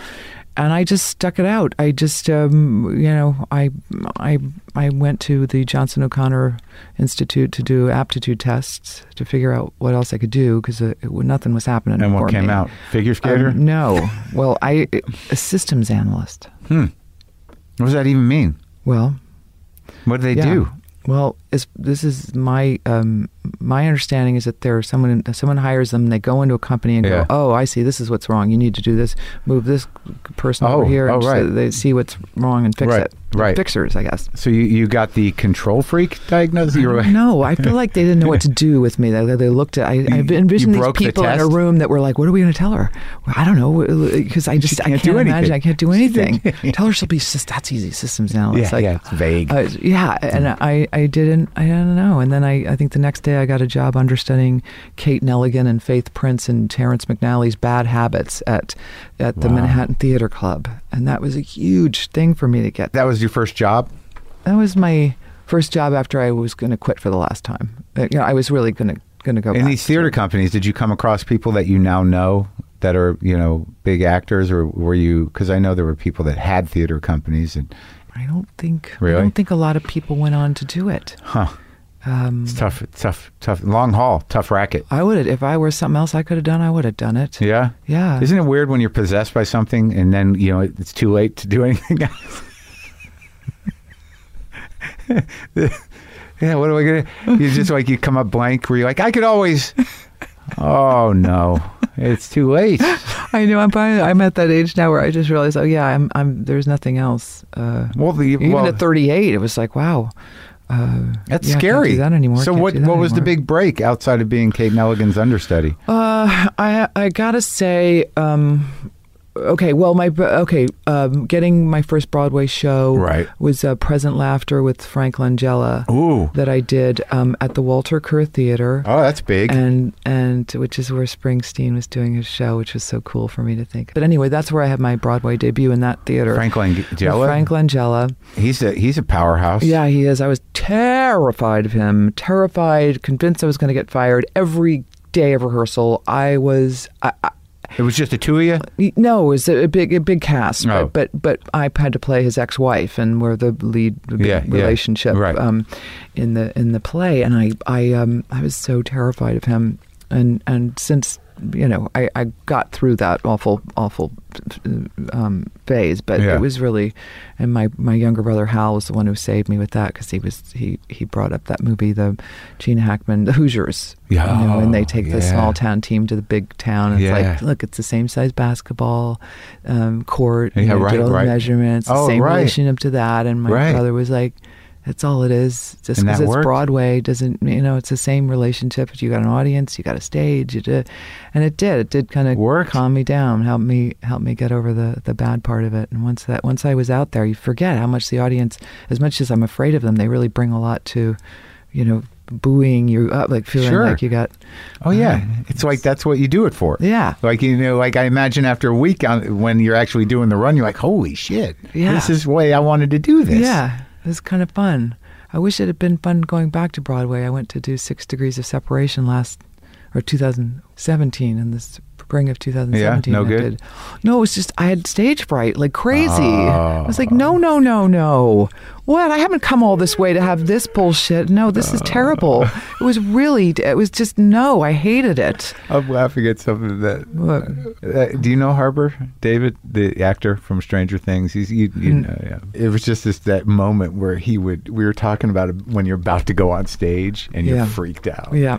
Speaker 3: and I just stuck it out. I just um, you know, I I I went to the Johnson O'Connor Institute to do aptitude tests to figure out what else I could do because nothing was happening.
Speaker 1: And
Speaker 3: for
Speaker 1: what came
Speaker 3: me.
Speaker 1: out? Figure skater.
Speaker 3: Um, no. Well, I a systems analyst.
Speaker 1: what does that even mean?
Speaker 3: Well,
Speaker 1: What do they
Speaker 3: Yeah.
Speaker 1: do?
Speaker 3: Well, it's, this is my um, my understanding is that there's someone someone hires them. They go into a company and
Speaker 1: Yeah.
Speaker 3: go, "Oh, I see. This is what's wrong. You need to do this. Move this person
Speaker 1: Oh,
Speaker 3: over here,
Speaker 1: oh,
Speaker 3: and so
Speaker 1: right.
Speaker 3: they see what's wrong and fix
Speaker 1: Right,
Speaker 3: it. They're
Speaker 1: right.
Speaker 3: Fixers, I guess.
Speaker 1: So you, you got the control freak diagnosis? You were-
Speaker 3: No, I feel like they didn't know what to do with me. They, they looked at. I, I
Speaker 1: you
Speaker 3: envisioned these
Speaker 1: broke the
Speaker 3: people in a
Speaker 1: test?
Speaker 3: room that were like, "What are we going to tell her?" Well, I don't know because I just I
Speaker 1: can't
Speaker 3: can't
Speaker 1: do anything.
Speaker 3: imagine. I can't do anything. tell her she'll be. sys- That's easy. Systems now. It's
Speaker 1: Yeah,
Speaker 3: like,
Speaker 1: yeah, it's vague.
Speaker 3: uh, yeah, and I, I didn't, I don't know. And then I, I think the next day I got a job understudying Kate Nelligan and Faith Prince and Terrence McNally's Bad Habits at, at the
Speaker 1: Wow.
Speaker 3: Manhattan Theater Club. And that was a huge thing for me to get.
Speaker 1: that was your first job?
Speaker 3: That was my first job after I was going to quit for the last time. Uh, you know, I was really going to going to go
Speaker 1: In
Speaker 3: back.
Speaker 1: these theater companies, did you come across people that you now know that are, you know, big actors or were you, because I know there were people that had theater companies and,
Speaker 3: I don't think
Speaker 1: Really?
Speaker 3: I don't think a lot of people went on to do it.
Speaker 1: huh,
Speaker 3: Um,
Speaker 1: it's tough, tough, tough, long haul, tough racket.
Speaker 3: I would have if I were something else I could have done. I would have done it.
Speaker 1: Yeah.
Speaker 3: Yeah.
Speaker 1: Isn't it weird when you're possessed by something and then, you know, it's too late to do anything else? yeah, what am I going to You just like, you come up blank where you're like, I could always. Oh, no. It's too late.
Speaker 3: I know. I'm probably, I'm at that age now where I just realize, oh yeah, I'm I'm there's nothing else. Uh,
Speaker 1: Well, the,
Speaker 3: even
Speaker 1: well,
Speaker 3: at 38, it was like, wow, uh,
Speaker 1: that's
Speaker 3: yeah, I can't
Speaker 1: scary.
Speaker 3: do that anymore.
Speaker 1: So
Speaker 3: Can't
Speaker 1: what?
Speaker 3: do that
Speaker 1: what was the
Speaker 3: anymore.
Speaker 1: big break outside of being Kate Nelligan's understudy?
Speaker 3: Uh, I I gotta say, um, okay. Well, my okay, um, getting my first Broadway show
Speaker 1: Right.
Speaker 3: was uh, Present Laughter with Frank Langella
Speaker 1: Ooh.
Speaker 3: that I did um, at the Walter Kerr Theater.
Speaker 1: Oh, that's big.
Speaker 3: And and which is where Springsteen was doing his show, which was so cool for me to think. But anyway, that's where I had my Broadway debut in that theater.
Speaker 1: Frank Langella.
Speaker 3: With Frank Langella.
Speaker 1: he's a he's a powerhouse.
Speaker 3: Yeah, he is. I was terrified of him, terrified, convinced I was going to get fired every day of rehearsal. I was, I, I,
Speaker 1: It was just the two of
Speaker 3: Uh,
Speaker 1: you.
Speaker 3: no, it was a, a big, a big cast,
Speaker 1: Oh.
Speaker 3: but, but but I had to play his ex-wife, and we're the lead
Speaker 1: Yeah, yeah,
Speaker 3: relationship
Speaker 1: right.
Speaker 3: um, in the in the play, and I I um I was so terrified of him, and and since you know I, I got through that awful awful um, phase, but
Speaker 1: Yeah.
Speaker 3: it was really, and my my younger brother Hal was the one who saved me with that because he was he he brought up that movie the Gene Hackman the Hoosiers,
Speaker 1: Yeah.
Speaker 3: you know, and they take the
Speaker 1: Yeah.
Speaker 3: small town team to the big town, and
Speaker 1: Yeah.
Speaker 3: it's like look, it's the same size basketball um, court.
Speaker 1: Yeah,
Speaker 3: you know,
Speaker 1: right,
Speaker 3: did all
Speaker 1: right.
Speaker 3: The measurements, the
Speaker 1: Oh,
Speaker 3: same
Speaker 1: right.
Speaker 3: relationship to that. And my
Speaker 1: Right.
Speaker 3: brother was like, "That's all it is. Just
Speaker 1: And that
Speaker 3: because it's
Speaker 1: worked?
Speaker 3: Broadway doesn't, you know, it's the same relationship. You got an audience, you got a stage, you did, and it did. It did kind of
Speaker 1: Worked.
Speaker 3: calm me down, help me help me get over the the bad part of it. And once that once I was out there, you forget how much the audience, as much as I'm afraid of them, they really bring a lot to, you know, booing you up, like feeling
Speaker 1: Sure.
Speaker 3: like you got.
Speaker 1: Oh yeah, it's like that's what you do it for.
Speaker 3: Yeah.
Speaker 1: Like you know, like I imagine after a week on, when you're actually doing the run, you're like, holy shit,
Speaker 3: Yeah.
Speaker 1: this is the way I wanted to do this.
Speaker 3: Yeah, it was kind of fun. I wish it had been fun going back to Broadway. I went to do Six Degrees of Separation last, or 2017, in the spring of 2017.
Speaker 1: no
Speaker 3: I
Speaker 1: good?
Speaker 3: did- No, it was just I had stage fright like crazy. I was like,
Speaker 1: Oh.
Speaker 3: no, no, no, no. What? I haven't come all this way to have this bullshit. No, this
Speaker 1: Ah.
Speaker 3: is terrible. It was really. It was just no. I hated it.
Speaker 1: I'm laughing at something that.
Speaker 3: What?
Speaker 1: Uh, do you know Harbor David, the actor from Stranger Things? He's you, you know, yeah. It was just this that moment where he would. We were talking about it when you're about to go on stage and you're
Speaker 3: Yeah.
Speaker 1: freaked out.
Speaker 3: Yeah.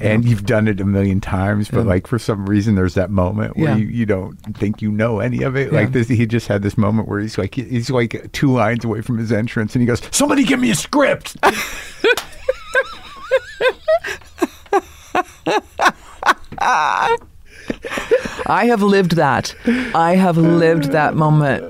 Speaker 1: And you've done it a million times, but like for some reason, there's that moment where
Speaker 3: Yeah.
Speaker 1: you, you don't think you know any of it.
Speaker 3: Yeah.
Speaker 1: Like this, he just had this moment where he's like he's like two lines away from his entrance, and he goes, "Somebody give me a script."
Speaker 3: I have lived that. I have lived that moment.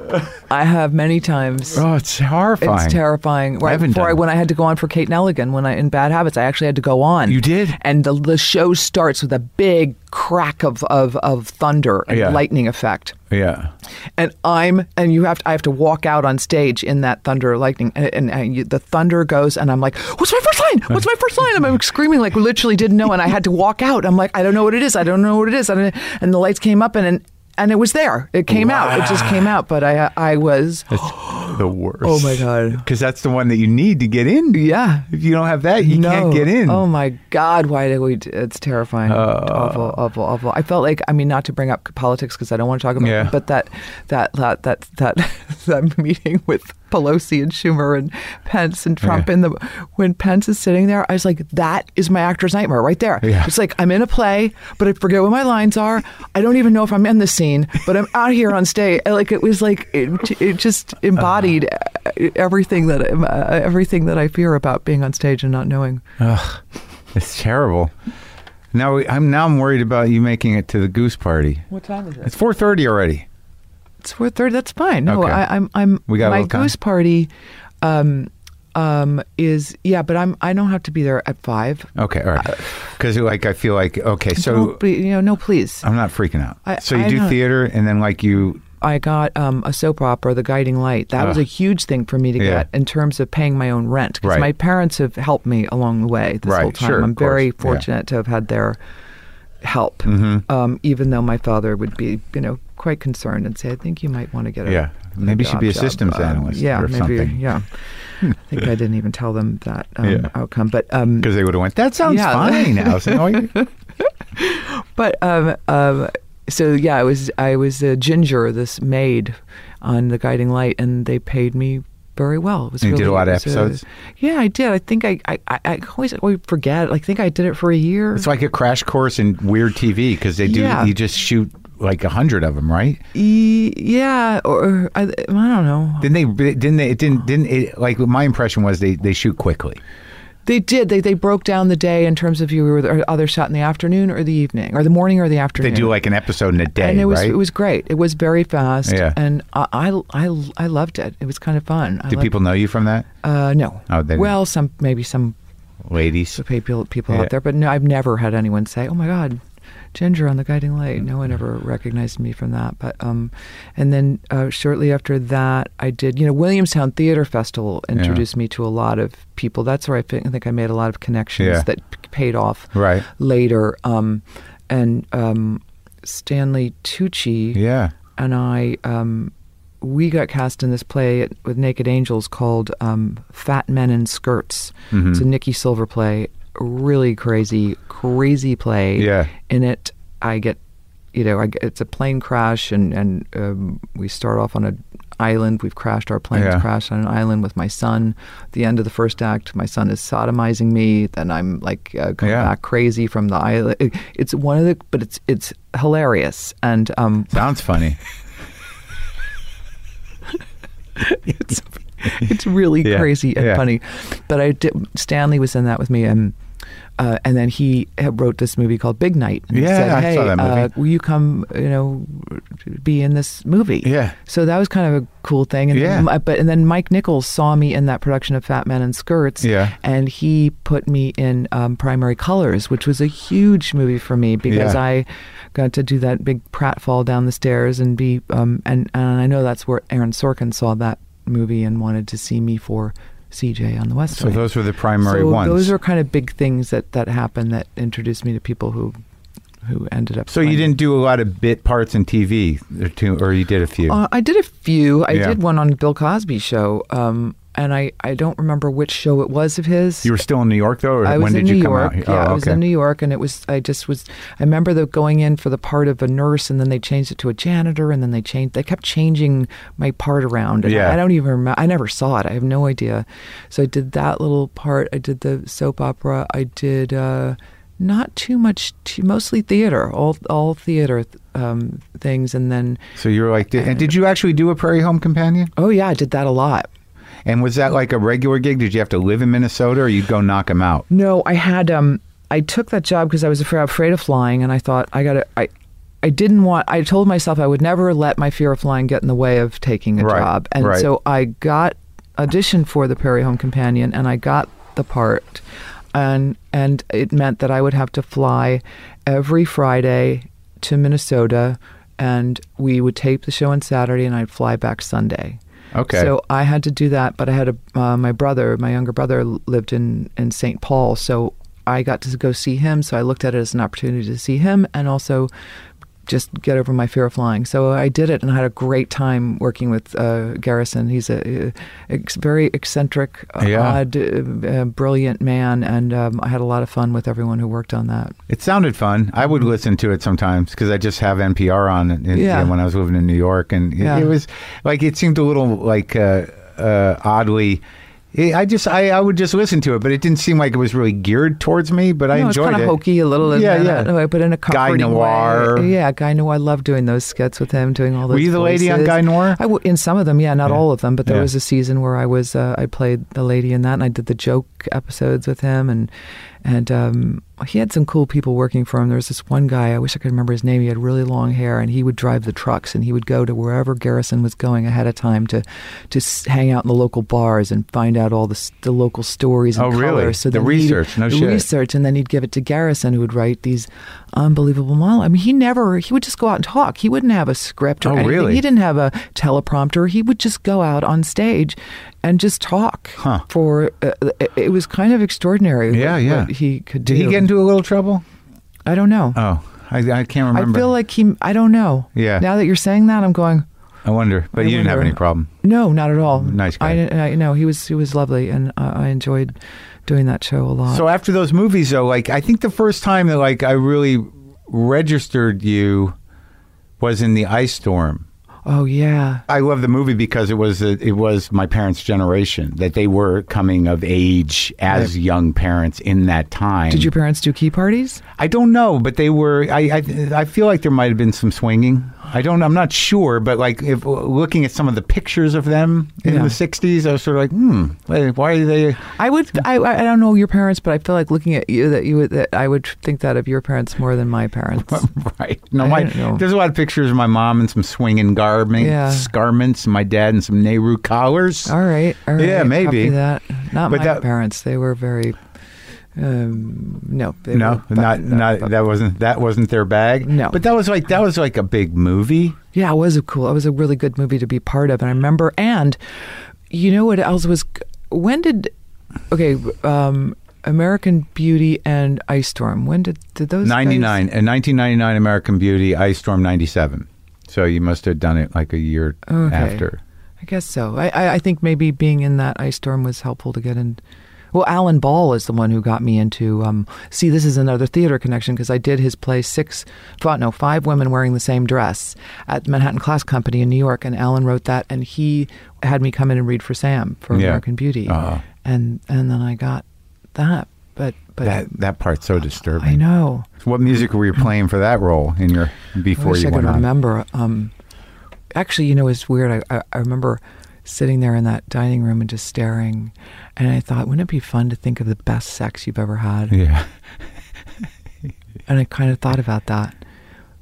Speaker 3: I have many times.
Speaker 1: oh, it's horrifying.
Speaker 3: It's terrifying. Right
Speaker 1: haven't
Speaker 3: before
Speaker 1: done
Speaker 3: I,
Speaker 1: it.
Speaker 3: when I had to go on for Kate Nelligan, when I in Bad Habits, I actually had to go on.
Speaker 1: You did?
Speaker 3: and the, the show starts with a big crack of of, of thunder and
Speaker 1: Yeah.
Speaker 3: lightning effect,
Speaker 1: Yeah.
Speaker 3: and I'm and you have to I have to walk out on stage in that thunder or lightning, and, and, and you, the thunder goes, and I'm like, "What's my first line? What's my first line?" And I'm screaming like literally didn't know, and I had to walk out. I'm like, "I don't know what it is. I don't know what it is." And, and the lights came up, and. and and it was there. It came out. It just came out. But I, I was
Speaker 1: the worst.
Speaker 3: Oh, my God.
Speaker 1: Because that's the one that you need to get in.
Speaker 3: Yeah.
Speaker 1: If you don't have that, you
Speaker 3: no.
Speaker 1: can't get in. Uh,
Speaker 3: Oh my God! Why do we? d- It's terrifying. awful, awful, awful. I felt like I mean, not to bring up politics because I don't want to talk about
Speaker 1: Yeah.
Speaker 3: it, but that that that that that that meeting with Pelosi and Schumer and Pence and Trump in the when Pence is sitting there, I was like, that is my actor's nightmare right there.
Speaker 1: Yeah.
Speaker 3: It's like I'm in a play, but I forget what my lines are. I don't even know if I'm in the scene, but I'm out here on stage. Like it was like it, it just embodied uh, everything that uh, everything that I fear about being on stage and not knowing.
Speaker 1: It's terrible. Now we- I'm now I'm worried about you making it to the goose party.
Speaker 3: What time is it?
Speaker 1: It's 4:30 already.
Speaker 3: It's four thirty. That's fine. No,
Speaker 1: Okay.
Speaker 3: I, I'm. I'm.
Speaker 1: We got a
Speaker 3: my
Speaker 1: little time.
Speaker 3: goose party. Um, um, is yeah, but I'm. I don't have to be there at five.
Speaker 1: Okay, all
Speaker 3: Uh,
Speaker 1: right. Because like I feel like okay,
Speaker 3: Don't
Speaker 1: so
Speaker 3: be- you know, no, please.
Speaker 1: I'm not freaking out.
Speaker 3: I-
Speaker 1: so you
Speaker 3: I
Speaker 1: do
Speaker 3: know.
Speaker 1: theater and then like you
Speaker 3: I got um, a soap opera, The Guiding Light. That was
Speaker 1: Ugh.
Speaker 3: a huge thing for me to
Speaker 1: Yeah.
Speaker 3: get in terms of paying my own rent because
Speaker 1: Right.
Speaker 3: my parents have helped me along the way this
Speaker 1: Right,
Speaker 3: whole time.
Speaker 1: sure,
Speaker 3: I'm
Speaker 1: of course.
Speaker 3: very
Speaker 1: Yeah. Mm-hmm.
Speaker 3: fortunate to have had their help, um, even though my father would be, you know, quite concerned and say, "I think you might want to get a
Speaker 1: Yeah. Maybe you should
Speaker 3: job,
Speaker 1: be a
Speaker 3: job,
Speaker 1: systems
Speaker 3: um,
Speaker 1: analyst
Speaker 3: Yeah,
Speaker 1: or
Speaker 3: maybe.
Speaker 1: something.
Speaker 3: Yeah, I think I didn't even tell them that um,
Speaker 1: Yeah.
Speaker 3: outcome, but um,
Speaker 1: because they would have went. That sounds
Speaker 3: Yeah.
Speaker 1: fine. Allison. Oh, you-
Speaker 3: But um, um, so yeah, I was I was a ginger, this maid on the Guiding Light, and they paid me very well. It was
Speaker 1: And you did
Speaker 3: really-
Speaker 1: a lot of
Speaker 3: it was
Speaker 1: episodes?
Speaker 3: yeah, I did. I think I I, I- I always, always forget. Like, I think I did it for a year.
Speaker 1: it's like a crash course in weird TV because they do.
Speaker 3: Yeah.
Speaker 1: You just shoot like a hundred of them, right?
Speaker 3: E- yeah, or I, I don't know.
Speaker 1: Didn't they? Didn't they? It didn't. Didn't it? Like my impression was they they shoot quickly.
Speaker 3: They did. They they broke down the day in terms of you were the other shot in the afternoon or the evening or the morning or the
Speaker 1: They
Speaker 3: afternoon.
Speaker 1: do like an episode in a day,
Speaker 3: and it was
Speaker 1: right?
Speaker 3: it was great. It was very fast.
Speaker 1: Yeah.
Speaker 3: And I, I, I, I loved it. It was kind of fun. I
Speaker 1: Did
Speaker 3: loved-
Speaker 1: people know you from that,
Speaker 3: Uh, no.
Speaker 1: Oh, they didn't.
Speaker 3: well, some maybe some
Speaker 1: ladies?
Speaker 3: to pay people, people
Speaker 1: Yeah.
Speaker 3: out there. But no, I've never had anyone say, "Oh my God, Ginger on the Guiding Light." No one ever recognized me from that. But um, and then uh, shortly after that, I did. You know, Williamstown Theater Festival introduced me to a lot of people. That's where I think, I think I made a lot of connections
Speaker 1: Yeah.
Speaker 3: that p- paid off
Speaker 1: Right.
Speaker 3: later. Um, and um, Stanley Tucci
Speaker 1: Yeah.
Speaker 3: and I. Um, we got cast in this play at, with Naked Angels called um, Fat Men in Skirts.
Speaker 1: Mm-hmm.
Speaker 3: It's a Nikki Silver play, really crazy, crazy play.
Speaker 1: Yeah.
Speaker 3: In it, I get, you know, I get, it's a plane crash, and and um, we start off on a island. We've crashed our planes,
Speaker 1: Yeah.
Speaker 3: crashed on an island with my son. At the end of the first act, my son is sodomizing me. Then I'm like, uh, come
Speaker 1: Yeah.
Speaker 3: back crazy from the island. It- It's one of the, but it's it's hilarious, and um,
Speaker 1: Sounds funny.
Speaker 3: it's it's really
Speaker 1: Yeah,
Speaker 3: crazy and
Speaker 1: yeah.
Speaker 3: funny. But I did, Stanley was in that with me, and uh, and then he had wrote this movie called Big Night. And he
Speaker 1: Yeah,
Speaker 3: said,
Speaker 1: I saw
Speaker 3: hey,
Speaker 1: that movie.
Speaker 3: Uh, will you come? You know, be in this movie.
Speaker 1: Yeah.
Speaker 3: So that was kind of a cool thing. And
Speaker 1: Yeah.
Speaker 3: m- But and then Mike Nichols saw me in that production of Fat Man in Skirts.
Speaker 1: Yeah.
Speaker 3: And he put me in um, Primary Colors, which was a huge movie for me because
Speaker 1: Yeah.
Speaker 3: I got to do that big pratfall down the stairs and be um, and and I know that's where Aaron Sorkin saw that movie and wanted to see me for CJ on the West
Speaker 1: So
Speaker 3: Wing.
Speaker 1: those were the primary
Speaker 3: So
Speaker 1: ones.
Speaker 3: Those are kind of big things that that happened that introduced me to people who who ended up.
Speaker 1: so you
Speaker 3: playing.
Speaker 1: didn't do a lot of bit parts in TV, or, two, or you did a few.
Speaker 3: Uh, I did a few. I
Speaker 1: Yeah.
Speaker 3: did one on Bill Cosby's show, um, and I, I don't remember which show it was of his.
Speaker 1: you were still in New York though, or
Speaker 3: I was
Speaker 1: when
Speaker 3: in
Speaker 1: did
Speaker 3: New
Speaker 1: you come
Speaker 3: York.
Speaker 1: out? Oh,
Speaker 3: Yeah, I was in New York, and it was I just was. I remember the going in for the part of a nurse, and then they changed it to a janitor, and then they changed. They kept changing my part around. And
Speaker 1: Yeah.
Speaker 3: I, I don't even remember. I never saw it. I have no idea. So I did that little part. I did the soap opera. I did uh, not too much, t- mostly theater, all all theater um, things, and then
Speaker 1: So you were like, did, and did you actually do a Prairie Home Companion?
Speaker 3: oh yeah, I did that a lot.
Speaker 1: And was that like a regular gig? Did you have to live in Minnesota, or you'd go knock them out?
Speaker 3: No, I had um I took that job because I was afraid, afraid of flying and I thought I got to I I didn't want I told myself I would never let my fear of flying get in the way of taking a
Speaker 1: Right,
Speaker 3: job. And
Speaker 1: right.
Speaker 3: so I got auditioned for the Prairie Home Companion and I got the part. And and it meant that I would have to fly every Friday to Minnesota and we would tape the show on Saturday and I'd fly back Sunday.
Speaker 1: Okay.
Speaker 3: So I had to do that, but I had a uh, my brother, my younger brother, lived in in St. Paul, so I got to go see him. So I looked at it as an opportunity to see him, and also just get over my fear of flying. So I did it and I had a great time working with uh, Garrison. He's a, uh, ex- very eccentric, uh,
Speaker 1: Yeah.
Speaker 3: odd, uh, uh, brilliant man, and um, I had a lot of fun with everyone who worked on that.
Speaker 1: It sounded fun. I would listen to it sometimes because I just have NPR on in, in-
Speaker 3: Mm. Yeah.
Speaker 1: when I was living in New York, and it,
Speaker 3: Yeah.
Speaker 1: it was like it seemed a little like uh, uh, oddly. I I just I, I would just listen to it, but it didn't seem like it was really geared towards me. But I
Speaker 3: no,
Speaker 1: enjoyed it.
Speaker 3: it's kind of hokey a little,
Speaker 1: Yeah,
Speaker 3: in
Speaker 1: yeah.
Speaker 3: that uh, way, but in a
Speaker 1: Guy
Speaker 3: comforting
Speaker 1: Noir.
Speaker 3: way. Yeah, Guy Noir. I love doing those skits with him, doing all those.
Speaker 1: Were you the lady on
Speaker 3: voices.
Speaker 1: Guy Noir?
Speaker 3: I w- in some of them, yeah, not
Speaker 1: Yeah.
Speaker 3: all of them, but there
Speaker 1: Yeah.
Speaker 3: was a season where I was uh, I played the lady in that, and I did the joke episodes with him, and and um, he had some cool people working for him. There was this one guy I wish I could remember his name. He had really long hair, and he would drive the trucks, and he would go to wherever Garrison was going ahead of time to to s- hang out in the local bars and find out all the s- the local stories. And
Speaker 1: Oh, really?
Speaker 3: colors. So
Speaker 1: The
Speaker 3: then he'd-
Speaker 1: research, no
Speaker 3: the
Speaker 1: shit.
Speaker 3: research, and then he'd give it to Garrison, who would write these unbelievable monologues. I mean, he never he would just go out and talk. He wouldn't have a script or
Speaker 1: Oh,
Speaker 3: anything.
Speaker 1: really?
Speaker 3: He didn't have a teleprompter. He would just go out on stage and just talk.
Speaker 1: Huh.
Speaker 3: For uh, it was kind of extraordinary. what-
Speaker 1: Yeah, yeah.
Speaker 3: what he could do.
Speaker 1: Did he get into a little trouble?
Speaker 3: I don't know.
Speaker 1: Oh, I, I can't
Speaker 3: I
Speaker 1: remember.
Speaker 3: feel like he. I don't know.
Speaker 1: Yeah.
Speaker 3: Now that you're saying that, I'm going.
Speaker 1: I wonder, but
Speaker 3: I
Speaker 1: you didn't have
Speaker 3: wonder.
Speaker 1: any problem.
Speaker 3: No, not at all.
Speaker 1: Nice guy.
Speaker 3: I, didn't- I no, he was he was lovely, and I, I enjoyed doing that show a lot.
Speaker 1: So after those movies, though, like I think the first time that like I really registered you was in the ice storm.
Speaker 3: oh yeah.
Speaker 1: I love the movie because it was it was my parents' generation that they were coming of age as young parents in that time.
Speaker 3: Did your parents do key parties?
Speaker 1: I don't know, but they were. I, I I feel like there might have been some swinging. I don't. I'm not sure, but like if looking at some of the pictures of them in
Speaker 3: Yeah.
Speaker 1: the '60s, I was sort of like, hmm, why- why are they?
Speaker 3: I would. I, I I don't know your parents, but I feel like looking at you that you would, that I would think that of your parents more than my parents.
Speaker 1: Right. No,
Speaker 3: I
Speaker 1: my,
Speaker 3: don't know.
Speaker 1: there's a lot of pictures of my mom and some swinging garments,
Speaker 3: Yeah.
Speaker 1: garments, and my dad and some Nehru collars.
Speaker 3: all right. All right.
Speaker 1: Yeah, maybe.
Speaker 3: Copy that. Not
Speaker 1: But
Speaker 3: my
Speaker 1: that-
Speaker 3: parents. They were very. Um, no. They
Speaker 1: No,
Speaker 3: were-
Speaker 1: not not that wasn't that wasn't their bag.
Speaker 3: No.
Speaker 1: but that was like that was like a big movie.
Speaker 3: Yeah, it was a cool. It was a really good movie to be part of, and I remember. And you know what else was? When did? Okay, um, American Beauty and Ice Storm. When did did those? guys-
Speaker 1: Ninety nine and uh, nineteen ninety nine American Beauty, Ice Storm ninety seven. So you must have done it like a year
Speaker 3: Okay.
Speaker 1: after.
Speaker 3: I guess so. I, I, I think maybe being in that ice storm was helpful to get in. Well, Alan Ball is the one who got me into. Um, see, this is another theater connection because I did his play six, five, no, five women wearing the same dress at Manhattan Class Company in New York, and Alan wrote that, and he had me come in and read for Sam for
Speaker 1: Yeah.
Speaker 3: American Beauty,
Speaker 1: Uh-huh.
Speaker 3: and and then I got that. But but
Speaker 1: That that part's so disturbing.
Speaker 3: I know.
Speaker 1: What music were you playing for that role in your
Speaker 3: I
Speaker 1: before
Speaker 3: wish
Speaker 1: you
Speaker 3: I
Speaker 1: went
Speaker 3: could
Speaker 1: on?
Speaker 3: remember. Um, actually, you know, it's weird. I, I, I remember sitting there in that dining room and just staring, and I thought, wouldn't it be fun to think of the best sex you've ever had?
Speaker 1: Yeah,
Speaker 3: And I kind of thought about that.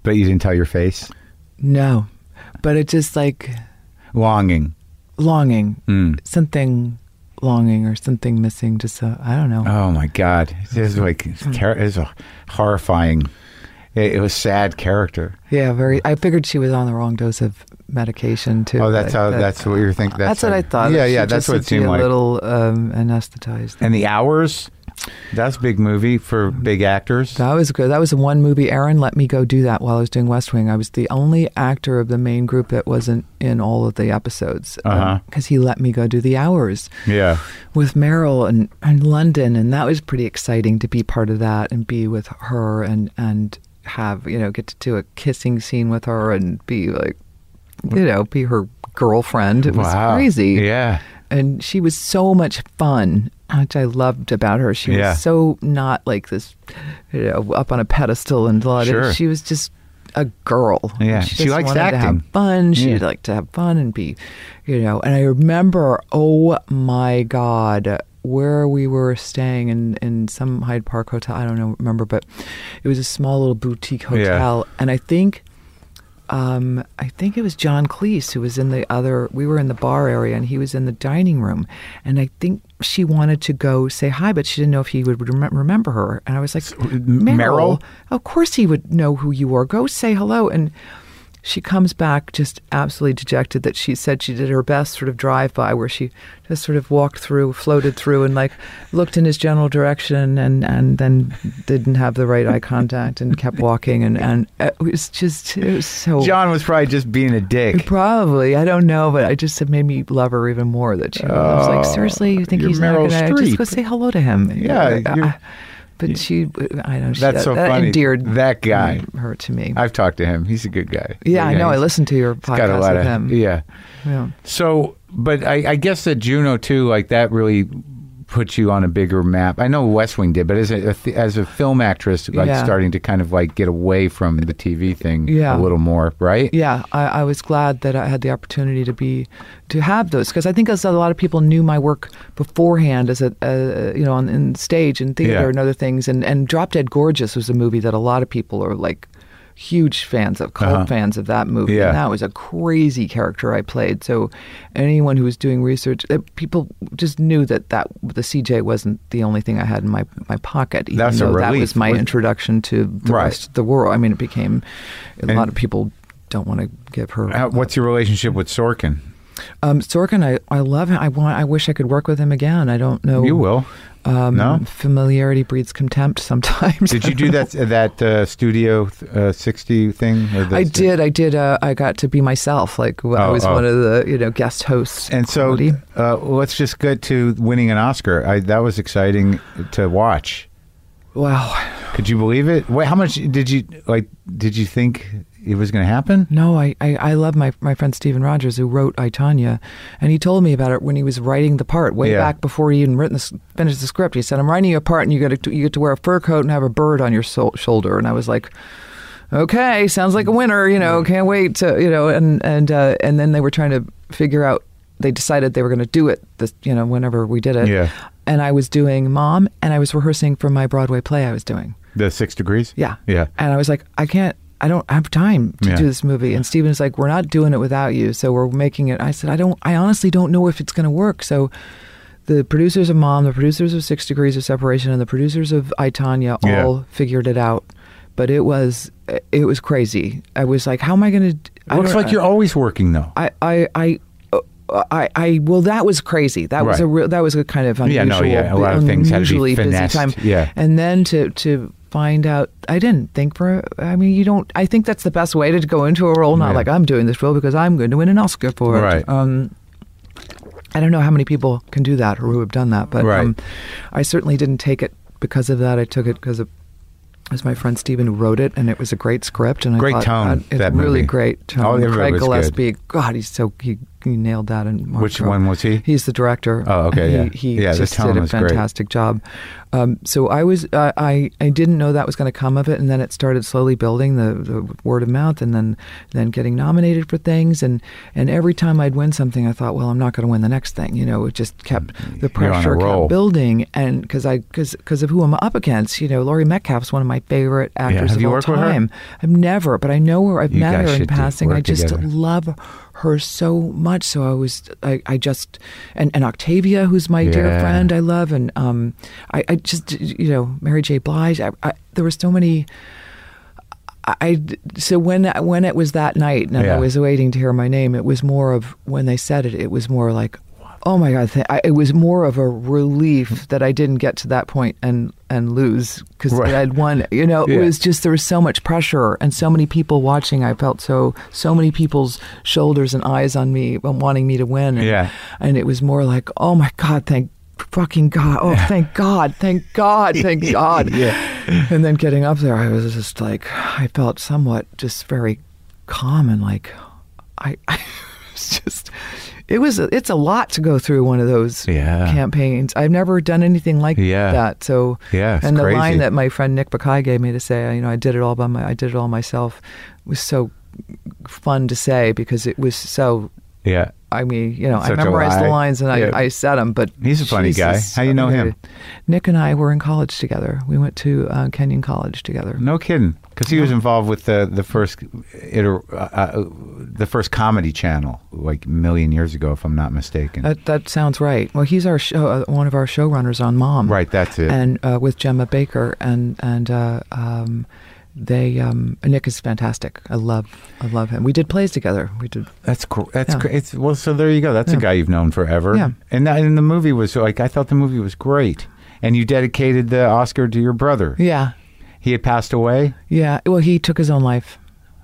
Speaker 1: but you didn't tell your face.
Speaker 3: No, but it's just like
Speaker 1: Longing.
Speaker 3: longing,
Speaker 1: Mm.
Speaker 3: something longing or something missing. Just I I don't know.
Speaker 1: Oh my God! This is like it's ter- it's a horrifying. It, it was sad character.
Speaker 3: yeah, very. I figured she was on the wrong dose of medication too.
Speaker 1: Oh, that's
Speaker 3: Like
Speaker 1: how.
Speaker 3: that-
Speaker 1: That's what you're thinking.
Speaker 3: That's,
Speaker 1: how-
Speaker 3: what I thought.
Speaker 1: Yeah,
Speaker 3: She
Speaker 1: yeah. That's
Speaker 3: just
Speaker 1: what it
Speaker 3: would be
Speaker 1: seemed
Speaker 3: a
Speaker 1: like.
Speaker 3: little um, anesthetized.
Speaker 1: and the hours. That's a big movie for big actors.
Speaker 3: That was good. That was the one movie Aaron let me go do that while I was doing West Wing. I was the only actor of the main group that wasn't in all of the episodes because
Speaker 1: Uh-huh.
Speaker 3: he let me go do the hours
Speaker 1: Yeah.
Speaker 3: with Meryl and, and London, and that was pretty exciting to be part of that and be with her and and have you know get to do a kissing scene with her and be like you know be her girlfriend. It was
Speaker 1: wow.
Speaker 3: crazy
Speaker 1: Yeah.
Speaker 3: and she was so much fun which i loved about her she
Speaker 1: Yeah.
Speaker 3: was so not like this you know up on a pedestal and blah
Speaker 1: Sure.
Speaker 3: she was just a girl
Speaker 1: Yeah.
Speaker 3: she,
Speaker 1: She
Speaker 3: just
Speaker 1: likes
Speaker 3: wanted to
Speaker 1: acting.
Speaker 3: have fun she
Speaker 1: Yeah.
Speaker 3: liked to have fun and be you know and i remember oh my god where we were staying in, in some Hyde Park hotel, I don't know, remember, but it was a small little boutique hotel. And I think um, I think it was John Cleese who was in the other. We were in the bar area, and he was in the dining room. And I think she wanted to go say hi, but she didn't know if he would rem- remember her. And I was like,
Speaker 1: M- Meryl?
Speaker 3: Meryl, of course he would know who you are. Go say hello. And she comes back just absolutely dejected that she said she did her best sort of drive by where she just sort of walked through, floated through, and like looked in his general direction and, and then didn't have the right eye contact and kept walking. And, and uh, it was just, it was so.
Speaker 1: John was probably just being a dick.
Speaker 3: Probably, I don't know, but I just it made me love her even more. That she, I was like, seriously, you think
Speaker 1: Oh, you're
Speaker 3: he's not
Speaker 1: Meryl
Speaker 3: going to just go
Speaker 1: Streep.
Speaker 3: say hello to him?
Speaker 1: Yeah,
Speaker 3: I-
Speaker 1: you're-
Speaker 3: but she, I don't. She,
Speaker 1: That's
Speaker 3: that,
Speaker 1: so
Speaker 3: that
Speaker 1: funny.
Speaker 3: Endeared
Speaker 1: That guy.
Speaker 3: her to me.
Speaker 1: I've talked to him. He's a good guy.
Speaker 3: yeah, I know. I
Speaker 1: he's
Speaker 3: listened to your
Speaker 1: Got a
Speaker 3: podcast
Speaker 1: lot
Speaker 3: with
Speaker 1: of
Speaker 3: him.
Speaker 1: yeah.
Speaker 3: Yeah.
Speaker 1: So, but I, I guess that Juno too, like that, really put you on a bigger map. I know West Wing did, but as a as a film actress, like
Speaker 3: Yeah.
Speaker 1: starting to kind of like get away from the TV thing
Speaker 3: Yeah.
Speaker 1: a little more, right?
Speaker 3: Yeah, I, I was glad that I had the opportunity to be to have those because I think as a lot of people knew my work beforehand as a uh, you know on in stage and theater
Speaker 1: Yeah.
Speaker 3: and other things and and Drop Dead Gorgeous was a movie that a lot of people are like huge fans of cult fans of that movie
Speaker 1: Uh-huh. Yeah.
Speaker 3: and that was a crazy character I played so anyone who was doing research uh, people just knew that that the CJ wasn't the only thing I had in my my pocket even
Speaker 1: That's a
Speaker 3: though that
Speaker 1: relief,
Speaker 3: was my
Speaker 1: wasn't it?
Speaker 3: introduction to the
Speaker 1: Right.
Speaker 3: rest of the world I mean it became a lot of people don't want to give her
Speaker 1: How, what's your relationship with Sorkin?
Speaker 3: um, Sorkin, I, I love him. I want. I wish I could work with him again. I don't know.
Speaker 1: You will.
Speaker 3: Um,
Speaker 1: No?
Speaker 3: Familiarity breeds contempt. Sometimes.
Speaker 1: Did you do that that uh, Studio uh, 60 thing? Or the,
Speaker 3: I did. I did. Uh, I got to be myself. Like I
Speaker 1: Oh,
Speaker 3: was
Speaker 1: oh.
Speaker 3: one of the you know guest hosts.
Speaker 1: And so
Speaker 3: quality.
Speaker 1: uh, let's just get to winning an Oscar. I, that was exciting to watch.
Speaker 3: wow.
Speaker 1: Could you believe it? Wait, how much did you like? Did you think it was going to happen?
Speaker 3: No, I, I, I love my, my friend Stephen Rogers who wrote I Tanya, and he told me about it when he was writing the part way
Speaker 1: Yeah.
Speaker 3: back before he even written the, finished the script. He said, "I'm writing you a part, and you got to you get to wear a fur coat and have a bird on your so- shoulder." And I was like, "Okay, sounds like a winner." You know, can't wait to you know. And and uh, and then they were trying to figure out. They decided they were going to do it. This you know whenever we did it.
Speaker 1: Yeah.
Speaker 3: And I was doing Mom, and I was rehearsing for my Broadway play I was doing.
Speaker 1: The Six Degrees.
Speaker 3: Yeah.
Speaker 1: Yeah.
Speaker 3: And I was like, I can't, I don't have time to
Speaker 1: Yeah.
Speaker 3: do this movie. And Steven's like, we're not doing it without you. So we're making it. I said, I don't, I honestly don't know if it's going to work. So the producers of Mom, the producers of Six Degrees of Separation, and the producers of I, Tanya all
Speaker 1: Yeah.
Speaker 3: figured it out. But it was, it was crazy. I was like, how am I going to?
Speaker 1: Looks like you're always working though.
Speaker 3: I, I, I, uh, I, I, well, that was crazy. That was
Speaker 1: Right.
Speaker 3: a real, that was a kind of
Speaker 1: Yeah,
Speaker 3: unusual,
Speaker 1: no, yeah, a lot of things had to be
Speaker 3: unusually busy
Speaker 1: finessed,
Speaker 3: time.
Speaker 1: yeah.
Speaker 3: And then to, to find out, I didn't think for, I mean, you don't, I think that's the best way to go into a role, not
Speaker 1: Yeah.
Speaker 3: like I'm doing this role because I'm going to win an Oscar for it.
Speaker 1: Right.
Speaker 3: Um, I don't know how many people can do that or who have done that, but
Speaker 1: Right.
Speaker 3: um, I certainly didn't take it because of that. I took it because of, it was my friend Steven who wrote it, and it was a great script. And I
Speaker 1: Great
Speaker 3: thought,
Speaker 1: tone,
Speaker 3: uh, It's
Speaker 1: that
Speaker 3: really
Speaker 1: movie.
Speaker 3: great tone.
Speaker 1: Oh, everybody
Speaker 3: Craig
Speaker 1: was good.
Speaker 3: Gillespie big. God, he's so he, he nailed that. And Mark
Speaker 1: Which
Speaker 3: Rowe.
Speaker 1: one was he?
Speaker 3: He's the director.
Speaker 1: Oh, okay,
Speaker 3: He,
Speaker 1: yeah.
Speaker 3: he
Speaker 1: Yeah, the
Speaker 3: just
Speaker 1: tone
Speaker 3: did a
Speaker 1: was great.
Speaker 3: fantastic job. Um, so I was uh, I I didn't know that was going to come of it, and then it started slowly building the, the word of mouth, and then then getting nominated for things, and and every time I'd win something, I thought, well, I'm not going to win the next thing. You know, it just kept the
Speaker 1: Mm, You're on a
Speaker 3: pressure
Speaker 1: roll.
Speaker 3: kept building, and because I because because of who I'm up against. You know, Laurie Metcalf's one of my favorite actors
Speaker 1: Have
Speaker 3: of
Speaker 1: you
Speaker 3: all
Speaker 1: worked with her?
Speaker 3: time. I've never, but I know her. I've
Speaker 1: You
Speaker 3: met
Speaker 1: guys
Speaker 3: her in
Speaker 1: should do-
Speaker 3: passing.
Speaker 1: work
Speaker 3: I just
Speaker 1: together.
Speaker 3: love her so much. So I was, I, I just, and, and Octavia, who's my
Speaker 1: Yeah.
Speaker 3: dear friend, I love, and um, I, I just, you know, Mary J. Blige. I, I, there were so many. I- I so when when it was that night and
Speaker 1: Yeah.
Speaker 3: I was waiting to hear my name, it was more of when they said it. It was more like, oh my god! Th- I, it was more of a
Speaker 1: Mm.
Speaker 3: relief that I didn't get to that point and and lose because
Speaker 1: Right.
Speaker 3: I'd won. You know,
Speaker 1: Yeah.
Speaker 3: it was just there was so much pressure and so many people watching. I felt so so many people's shoulders and eyes on me and wanting me to win. And,
Speaker 1: Yeah.
Speaker 3: and it was more like, oh my god, thank fucking god, oh thank god, thank god, thank god. yeah. And then getting up there, I was just like, I felt somewhat just very calm and like, I, I was just. It was a, it's a lot to go through one of those
Speaker 1: Yeah.
Speaker 3: campaigns. I've never done anything like
Speaker 1: Yeah.
Speaker 3: that. So
Speaker 1: Yeah, it's
Speaker 3: and the
Speaker 1: crazy.
Speaker 3: line that my friend Nick Bakai gave me to say, you know, I did it all by my, I did it all myself, was so fun to say because it was so.
Speaker 1: yeah.
Speaker 3: I mean, you know,
Speaker 1: Such a
Speaker 3: I memorized
Speaker 1: lie.
Speaker 3: the lines and
Speaker 1: Yeah.
Speaker 3: I, I said them, but
Speaker 1: He's a funny guy.
Speaker 3: Jesus,
Speaker 1: How you know
Speaker 3: I mean,
Speaker 1: him?
Speaker 3: Nick and I were in college together. We went to uh, Kenyon College together.
Speaker 1: No kidding. Because he was involved with the the first iter- uh, uh, the first comedy channel like a million years ago, if I'm not mistaken.
Speaker 3: That that sounds right. Well, he's our show, uh, one of our showrunners on Mom.
Speaker 1: Right, that's it.
Speaker 3: And uh, with Gemma Baker and and uh, um, they um, Nick is fantastic. I love I love him. We did plays together. We did.
Speaker 1: That's cool. That's
Speaker 3: Yeah.
Speaker 1: great. It's, well, so there you go. That's a
Speaker 3: Yeah.
Speaker 1: guy you've known forever.
Speaker 3: Yeah.
Speaker 1: And that, and the movie was like I thought the movie was great. And you dedicated the Oscar to your brother.
Speaker 3: Yeah,
Speaker 1: He had passed away.
Speaker 3: yeah. Well, he took his own life.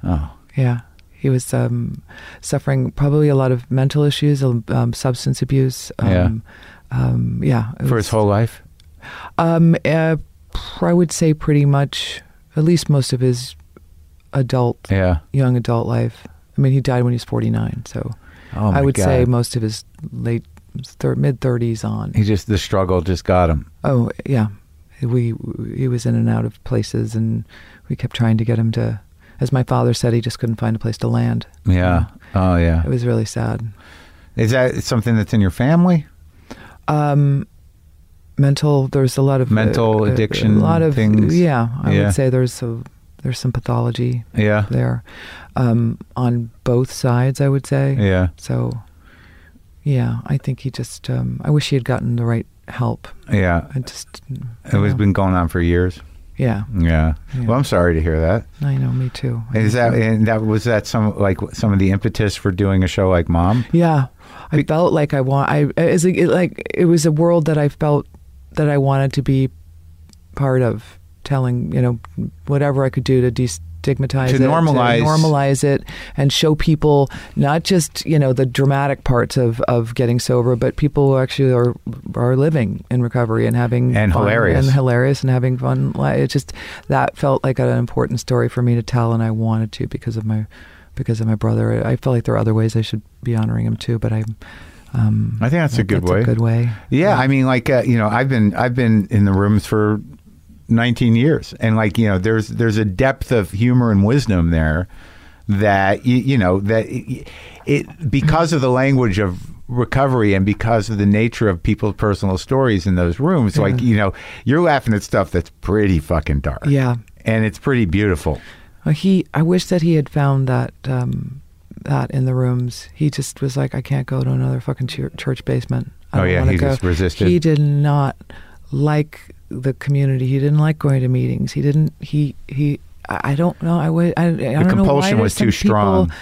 Speaker 1: Oh,
Speaker 3: Yeah, he was um, suffering probably a lot of mental issues, um, substance abuse. Um, yeah, um, yeah. it
Speaker 1: uh, for
Speaker 3: was-
Speaker 1: his whole life.
Speaker 3: Um, uh, pr- I would say pretty much, at least most of his adult,
Speaker 1: Yeah.
Speaker 3: young adult life. I mean, he died when he was forty nine, so
Speaker 1: Oh my
Speaker 3: I would
Speaker 1: God.
Speaker 3: say most of his late, thir- mid thirties on.
Speaker 1: he just the struggle just got him.
Speaker 3: Oh yeah, we he was in and out of places, and we kept trying to get him to. As my father said, he just couldn't find a place to land.
Speaker 1: Yeah. Oh yeah.
Speaker 3: It was really sad.
Speaker 1: Is that something that's in your family?
Speaker 3: Um, mental. There's a lot of uh,
Speaker 1: Mental addiction
Speaker 3: A lot of
Speaker 1: things?
Speaker 3: Yeah, I
Speaker 1: Yeah.
Speaker 3: would say there's a there's some pathology
Speaker 1: Yeah.
Speaker 3: there um, on both sides. I would say.
Speaker 1: Yeah.
Speaker 3: So, yeah, I think he just. Um, I wish he had gotten the right help.
Speaker 1: Yeah.
Speaker 3: I just.
Speaker 1: It was been going on for years.
Speaker 3: Yeah,
Speaker 1: Yeah.
Speaker 3: Yeah.
Speaker 1: Well, I'm sorry to hear that.
Speaker 3: I know. Me too.
Speaker 1: Is that and that was that some like some of the impetus for doing a show like Mom?
Speaker 3: Yeah, I felt like I want. I is it it- like it was a world that I felt that I wanted to be part of. Telling you know whatever I could do to destigmatize
Speaker 1: To
Speaker 3: it,
Speaker 1: normalize-
Speaker 3: to normalize it, and show people not just you know the dramatic parts of of getting sober, but people who actually are are living in recovery and having
Speaker 1: And
Speaker 3: fun
Speaker 1: hilarious.
Speaker 3: and hilarious and having fun. Like, It just that felt like an important story for me to tell, and I wanted to because of my because of my brother. I felt like there are other ways I should be honoring him too, but I. Um,
Speaker 1: I think that's a good
Speaker 3: that's
Speaker 1: way.
Speaker 3: A good way.
Speaker 1: Yeah, I mean, like uh, you know, I've been I've been in the rooms for 19 years, and like you know, there's there's a depth of humor and wisdom there that you, you know that it, it because of the language of recovery and because of the nature of people's personal stories in those rooms like you know you're laughing at stuff that's pretty fucking dark
Speaker 3: Yeah.
Speaker 1: and it's pretty beautiful
Speaker 3: Uh, He. I wish that he had found that um, that in the rooms. He just was like, I can't go to another fucking chur- church basement. I
Speaker 1: Oh,
Speaker 3: don't
Speaker 1: yeah,
Speaker 3: wanna
Speaker 1: he
Speaker 3: go."
Speaker 1: just resisted.
Speaker 3: He did not like the community. He didn't like going to meetings. He didn't. He he. I I don't know. I would. I, I don't know why
Speaker 1: compulsion
Speaker 3: do
Speaker 1: was
Speaker 3: some
Speaker 1: too
Speaker 3: people
Speaker 1: strong.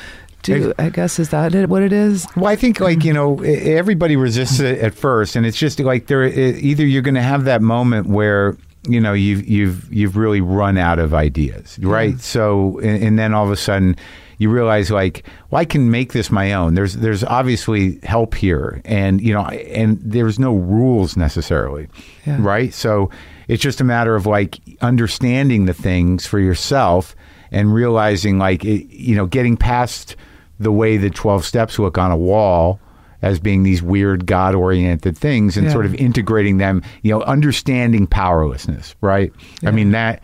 Speaker 3: Do
Speaker 1: It-
Speaker 3: I guess is that it, what it is?
Speaker 1: Well, I think like you know e- everybody resists it at first, and it's just like there. e- Either you're going to have that moment where you know you've you've you've really run out of ideas, right? So, and, and then all of a sudden you realize like, well, I can make this my own. There's there's obviously help here, and you know, I- and there's no rules necessarily,
Speaker 3: Yeah.
Speaker 1: right? So it's just a matter of like understanding the things for yourself and realizing like it, you know getting past the way the 12 steps look on a wall as being these weird god oriented things and
Speaker 3: Yeah.
Speaker 1: sort of integrating them you know understanding powerlessness right i mean that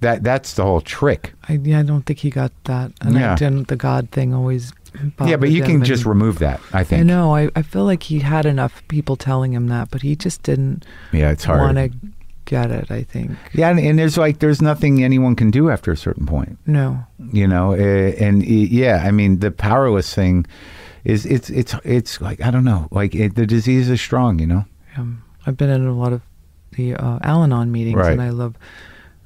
Speaker 1: that that's the whole trick
Speaker 3: I, yeah, I don't think he got that, and
Speaker 1: Yeah.
Speaker 3: I didn't. The God thing always.
Speaker 1: yeah but
Speaker 3: bothered
Speaker 1: you
Speaker 3: him,
Speaker 1: can
Speaker 3: and-
Speaker 1: just remove that i think
Speaker 3: Oh, I know. I, I feel like he had enough people telling him that, but he just didn't
Speaker 1: yeah it's hard
Speaker 3: want to get it. I think
Speaker 1: yeah and, and there's like there's nothing anyone can do after a certain point
Speaker 3: no.
Speaker 1: you know eh, and eh, yeah i mean the powerless thing is it's it's it's like i don't know like it, the disease is strong you know
Speaker 3: Um, I've been in a lot of the uh, Al-Anon meetings,
Speaker 1: Right.
Speaker 3: and I love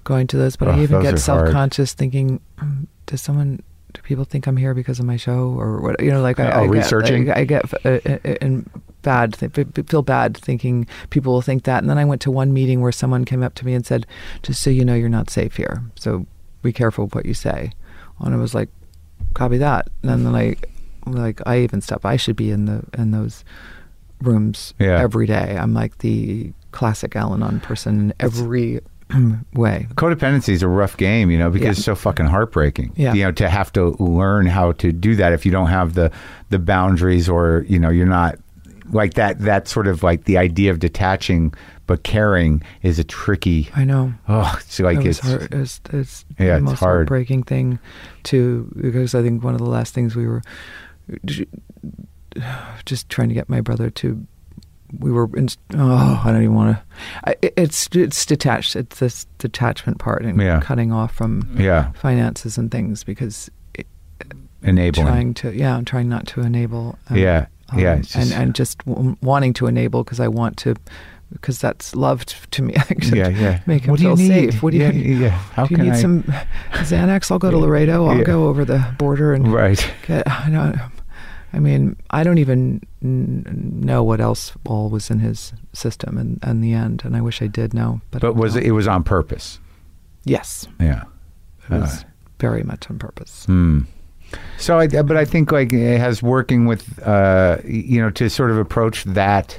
Speaker 3: going to those. But
Speaker 1: Ugh,
Speaker 3: I
Speaker 1: those
Speaker 3: even get
Speaker 1: are hard.
Speaker 3: self-conscious thinking, "Mm, does someone? Do people think I'm here because of my show or what? You know, like
Speaker 1: Oh,
Speaker 3: I, I
Speaker 1: researching?
Speaker 3: Get, I, I get uh, uh, and bad th- f- f- feel bad thinking people will think that. And then I went to one meeting where someone came up to me and said, "Just so you know, you're not safe here. So be careful what you say." And I was like, "Copy that." And then I, like, I even stopped. I should be in the in those rooms
Speaker 1: Yeah.
Speaker 3: every day. I'm like the classic Al-Anon person in every way.
Speaker 1: codependency is a rough game, you know, because
Speaker 3: Yeah.
Speaker 1: it's so fucking heartbreaking.
Speaker 3: Yeah.
Speaker 1: You know, to have to learn how to do that if you don't have the the boundaries or, you know, you're not like that that sort of like the idea of detaching but caring is a tricky
Speaker 3: I know.
Speaker 1: oh it's like
Speaker 3: it was
Speaker 1: it's
Speaker 3: hard. It's, it's
Speaker 1: Yeah,
Speaker 3: the
Speaker 1: it's
Speaker 3: most
Speaker 1: hard.
Speaker 3: heartbreaking thing to because I think one of the last things we were just trying to get my brother to. We were in, oh, I don't even want to. It's it's detached. It's this detachment part and
Speaker 1: Yeah.
Speaker 3: cutting off from
Speaker 1: yeah,
Speaker 3: finances and things because it,
Speaker 1: enabling.
Speaker 3: trying to yeah, I'm trying not to enable. um,
Speaker 1: Yeah, yeah, it's just-
Speaker 3: and and just w- wanting to enable because I want to because that's loved to me. I just
Speaker 1: Yeah, yeah.
Speaker 3: Make him
Speaker 1: What do you
Speaker 3: feel
Speaker 1: need?
Speaker 3: safe. What do you
Speaker 1: Yeah,
Speaker 3: need?
Speaker 1: yeah. How
Speaker 3: do you
Speaker 1: can
Speaker 3: need
Speaker 1: I-
Speaker 3: some Xanax? I'll go to Laredo. I'll
Speaker 1: Yeah.
Speaker 3: go over the border and
Speaker 1: Right.
Speaker 3: get. I don't. I mean, I don't even n- know what else all was in his system, and in, the end, and I wish I did know. But
Speaker 1: But was
Speaker 3: no.
Speaker 1: it, it was on purpose?
Speaker 3: Yes,
Speaker 1: Yeah.
Speaker 3: it
Speaker 1: Uh,
Speaker 3: was very much on purpose.
Speaker 1: Mm. So, I, but I think like it has working with uh, you know to sort of approach that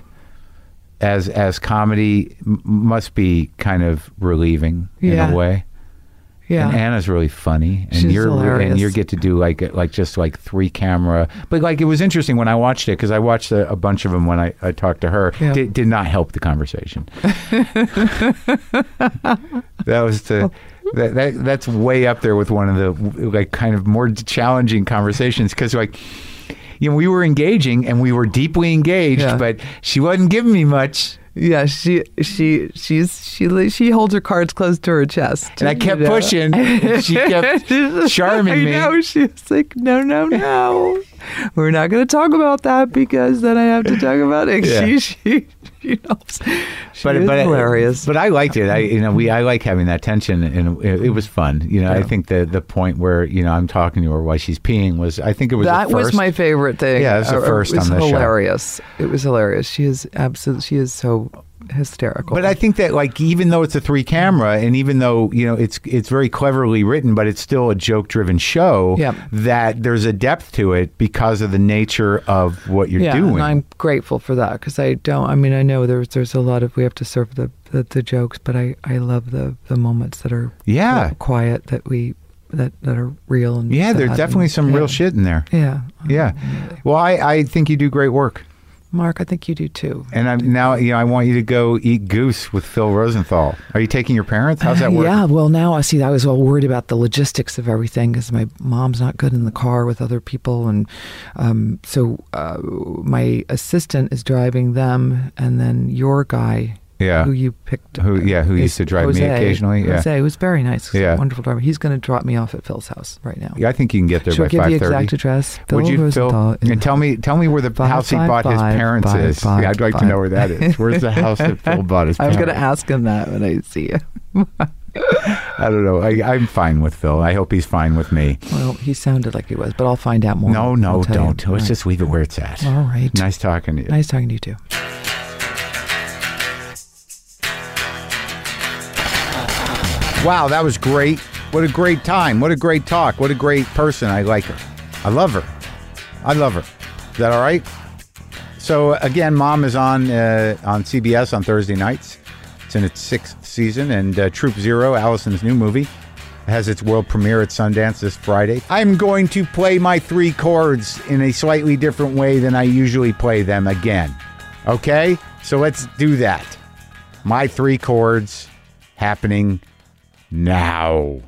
Speaker 1: as as comedy m- must be kind of relieving in
Speaker 3: Yeah.
Speaker 1: a way.
Speaker 3: Yeah,
Speaker 1: And Anna's really funny, and
Speaker 3: She's
Speaker 1: you're and
Speaker 3: hilarious.
Speaker 1: you get to do like like just like three camera. But like it was interesting when I watched it because I watched a, a bunch of them when I, I talked to her.
Speaker 3: Yeah.
Speaker 1: Did, did not help the conversation. that was
Speaker 3: Oh.
Speaker 1: to. That, that that's way up there with one of the like kind of more challenging conversations because like you know we were engaging and we were deeply engaged
Speaker 3: Yeah.
Speaker 1: but she wasn't giving me much
Speaker 3: yeah. She she she's she li- she holds her cards close to her chest,
Speaker 1: and I
Speaker 3: you
Speaker 1: kept
Speaker 3: know?
Speaker 1: pushing and she kept charming
Speaker 3: I
Speaker 1: me
Speaker 3: know. She's like, no, no, no. We're not going to talk about that because then I have to talk about it.
Speaker 1: Yeah.
Speaker 3: She, she, she knows. She
Speaker 1: but
Speaker 3: is
Speaker 1: but
Speaker 3: hilarious.
Speaker 1: But I liked it. I you know we I like having that tension, and it, it was fun. You know, I think the the point where you know I'm talking to her while she's peeing was I think it was
Speaker 3: that
Speaker 1: the first.
Speaker 3: was my favorite thing.
Speaker 1: Yeah, it was the
Speaker 3: Uh,
Speaker 1: first
Speaker 3: It was
Speaker 1: on this show.
Speaker 3: hilarious. It was hilarious. She is absolutely. She is so hysterical.
Speaker 1: But I think that like even though it's a three camera, and even though you know it's it's very cleverly written, but it's still a joke driven show.
Speaker 3: Yep.
Speaker 1: That there's a depth to it because of the nature of what you're
Speaker 3: yeah,
Speaker 1: doing.
Speaker 3: and I'm grateful for that because I don't. I mean, I know there's there's a lot of we have to serve the the, the jokes, but I I love the the moments that are
Speaker 1: Yeah.
Speaker 3: quiet that we that that are real and
Speaker 1: yeah, there's
Speaker 3: sad
Speaker 1: definitely
Speaker 3: and-
Speaker 1: some
Speaker 3: yeah.
Speaker 1: real shit in there.
Speaker 3: Yeah,
Speaker 1: Yeah. Well, I, I think you do great work.
Speaker 3: Mark, I think you do too.
Speaker 1: And I'm now, you know, I want you to go eat goose with Phil Rosenthal. Are you taking your parents? How's that work?
Speaker 3: Uh, Yeah, well, now I see. I was all worried about the logistics of everything because my mom's not good in the car with other people, and um, so uh, my assistant is driving them, and then your guy,
Speaker 1: Yeah.
Speaker 3: who you picked,
Speaker 1: Who- yeah, who
Speaker 3: is
Speaker 1: used to drive me
Speaker 3: Jose.
Speaker 1: occasionally, yeah.
Speaker 3: Jose was very nice, he's a
Speaker 1: Yeah.
Speaker 3: wonderful driver. He's going to drop me off at Phil's house right now.
Speaker 1: Yeah, I think you can get there
Speaker 3: She'll
Speaker 1: by
Speaker 3: give
Speaker 1: five
Speaker 3: the
Speaker 1: thirty.
Speaker 3: exact address. Phil
Speaker 1: Would you, Phil?
Speaker 3: Rosenthal is-
Speaker 1: And tell me, tell me where the
Speaker 3: Five,
Speaker 1: house he
Speaker 3: five,
Speaker 1: bought his
Speaker 3: five,
Speaker 1: parents
Speaker 3: five,
Speaker 1: is.
Speaker 3: five,
Speaker 1: yeah, I'd like to
Speaker 3: five.
Speaker 1: know where that is. Where's the house that Phil bought his?
Speaker 3: I was going to
Speaker 1: parents?
Speaker 3: ask him that when I see you.
Speaker 1: I don't know. I, I'm fine with Phil. I hope he's fine with me.
Speaker 3: Well, he sounded like he was, but I'll find out more.
Speaker 1: No,
Speaker 3: I'll
Speaker 1: no,
Speaker 3: tell you.
Speaker 1: don't.
Speaker 3: All
Speaker 1: Let's
Speaker 3: right.
Speaker 1: just leave it where it's at.
Speaker 3: All right.
Speaker 1: Nice talking to you.
Speaker 3: nice talking to you too.
Speaker 1: Wow, that was great. What a great time. What a great talk. What a great person. I like her. I love her. I love her. Is that all right? So again, Mom is on uh, on CBS on Thursday nights. It's in its sixth season, and uh, Troop Zero, Allison's new movie, has its world premiere at Sundance this Friday. I'm going to play my three chords in a slightly different way than I usually play them again. Okay, so let's do that. My three chords happening now.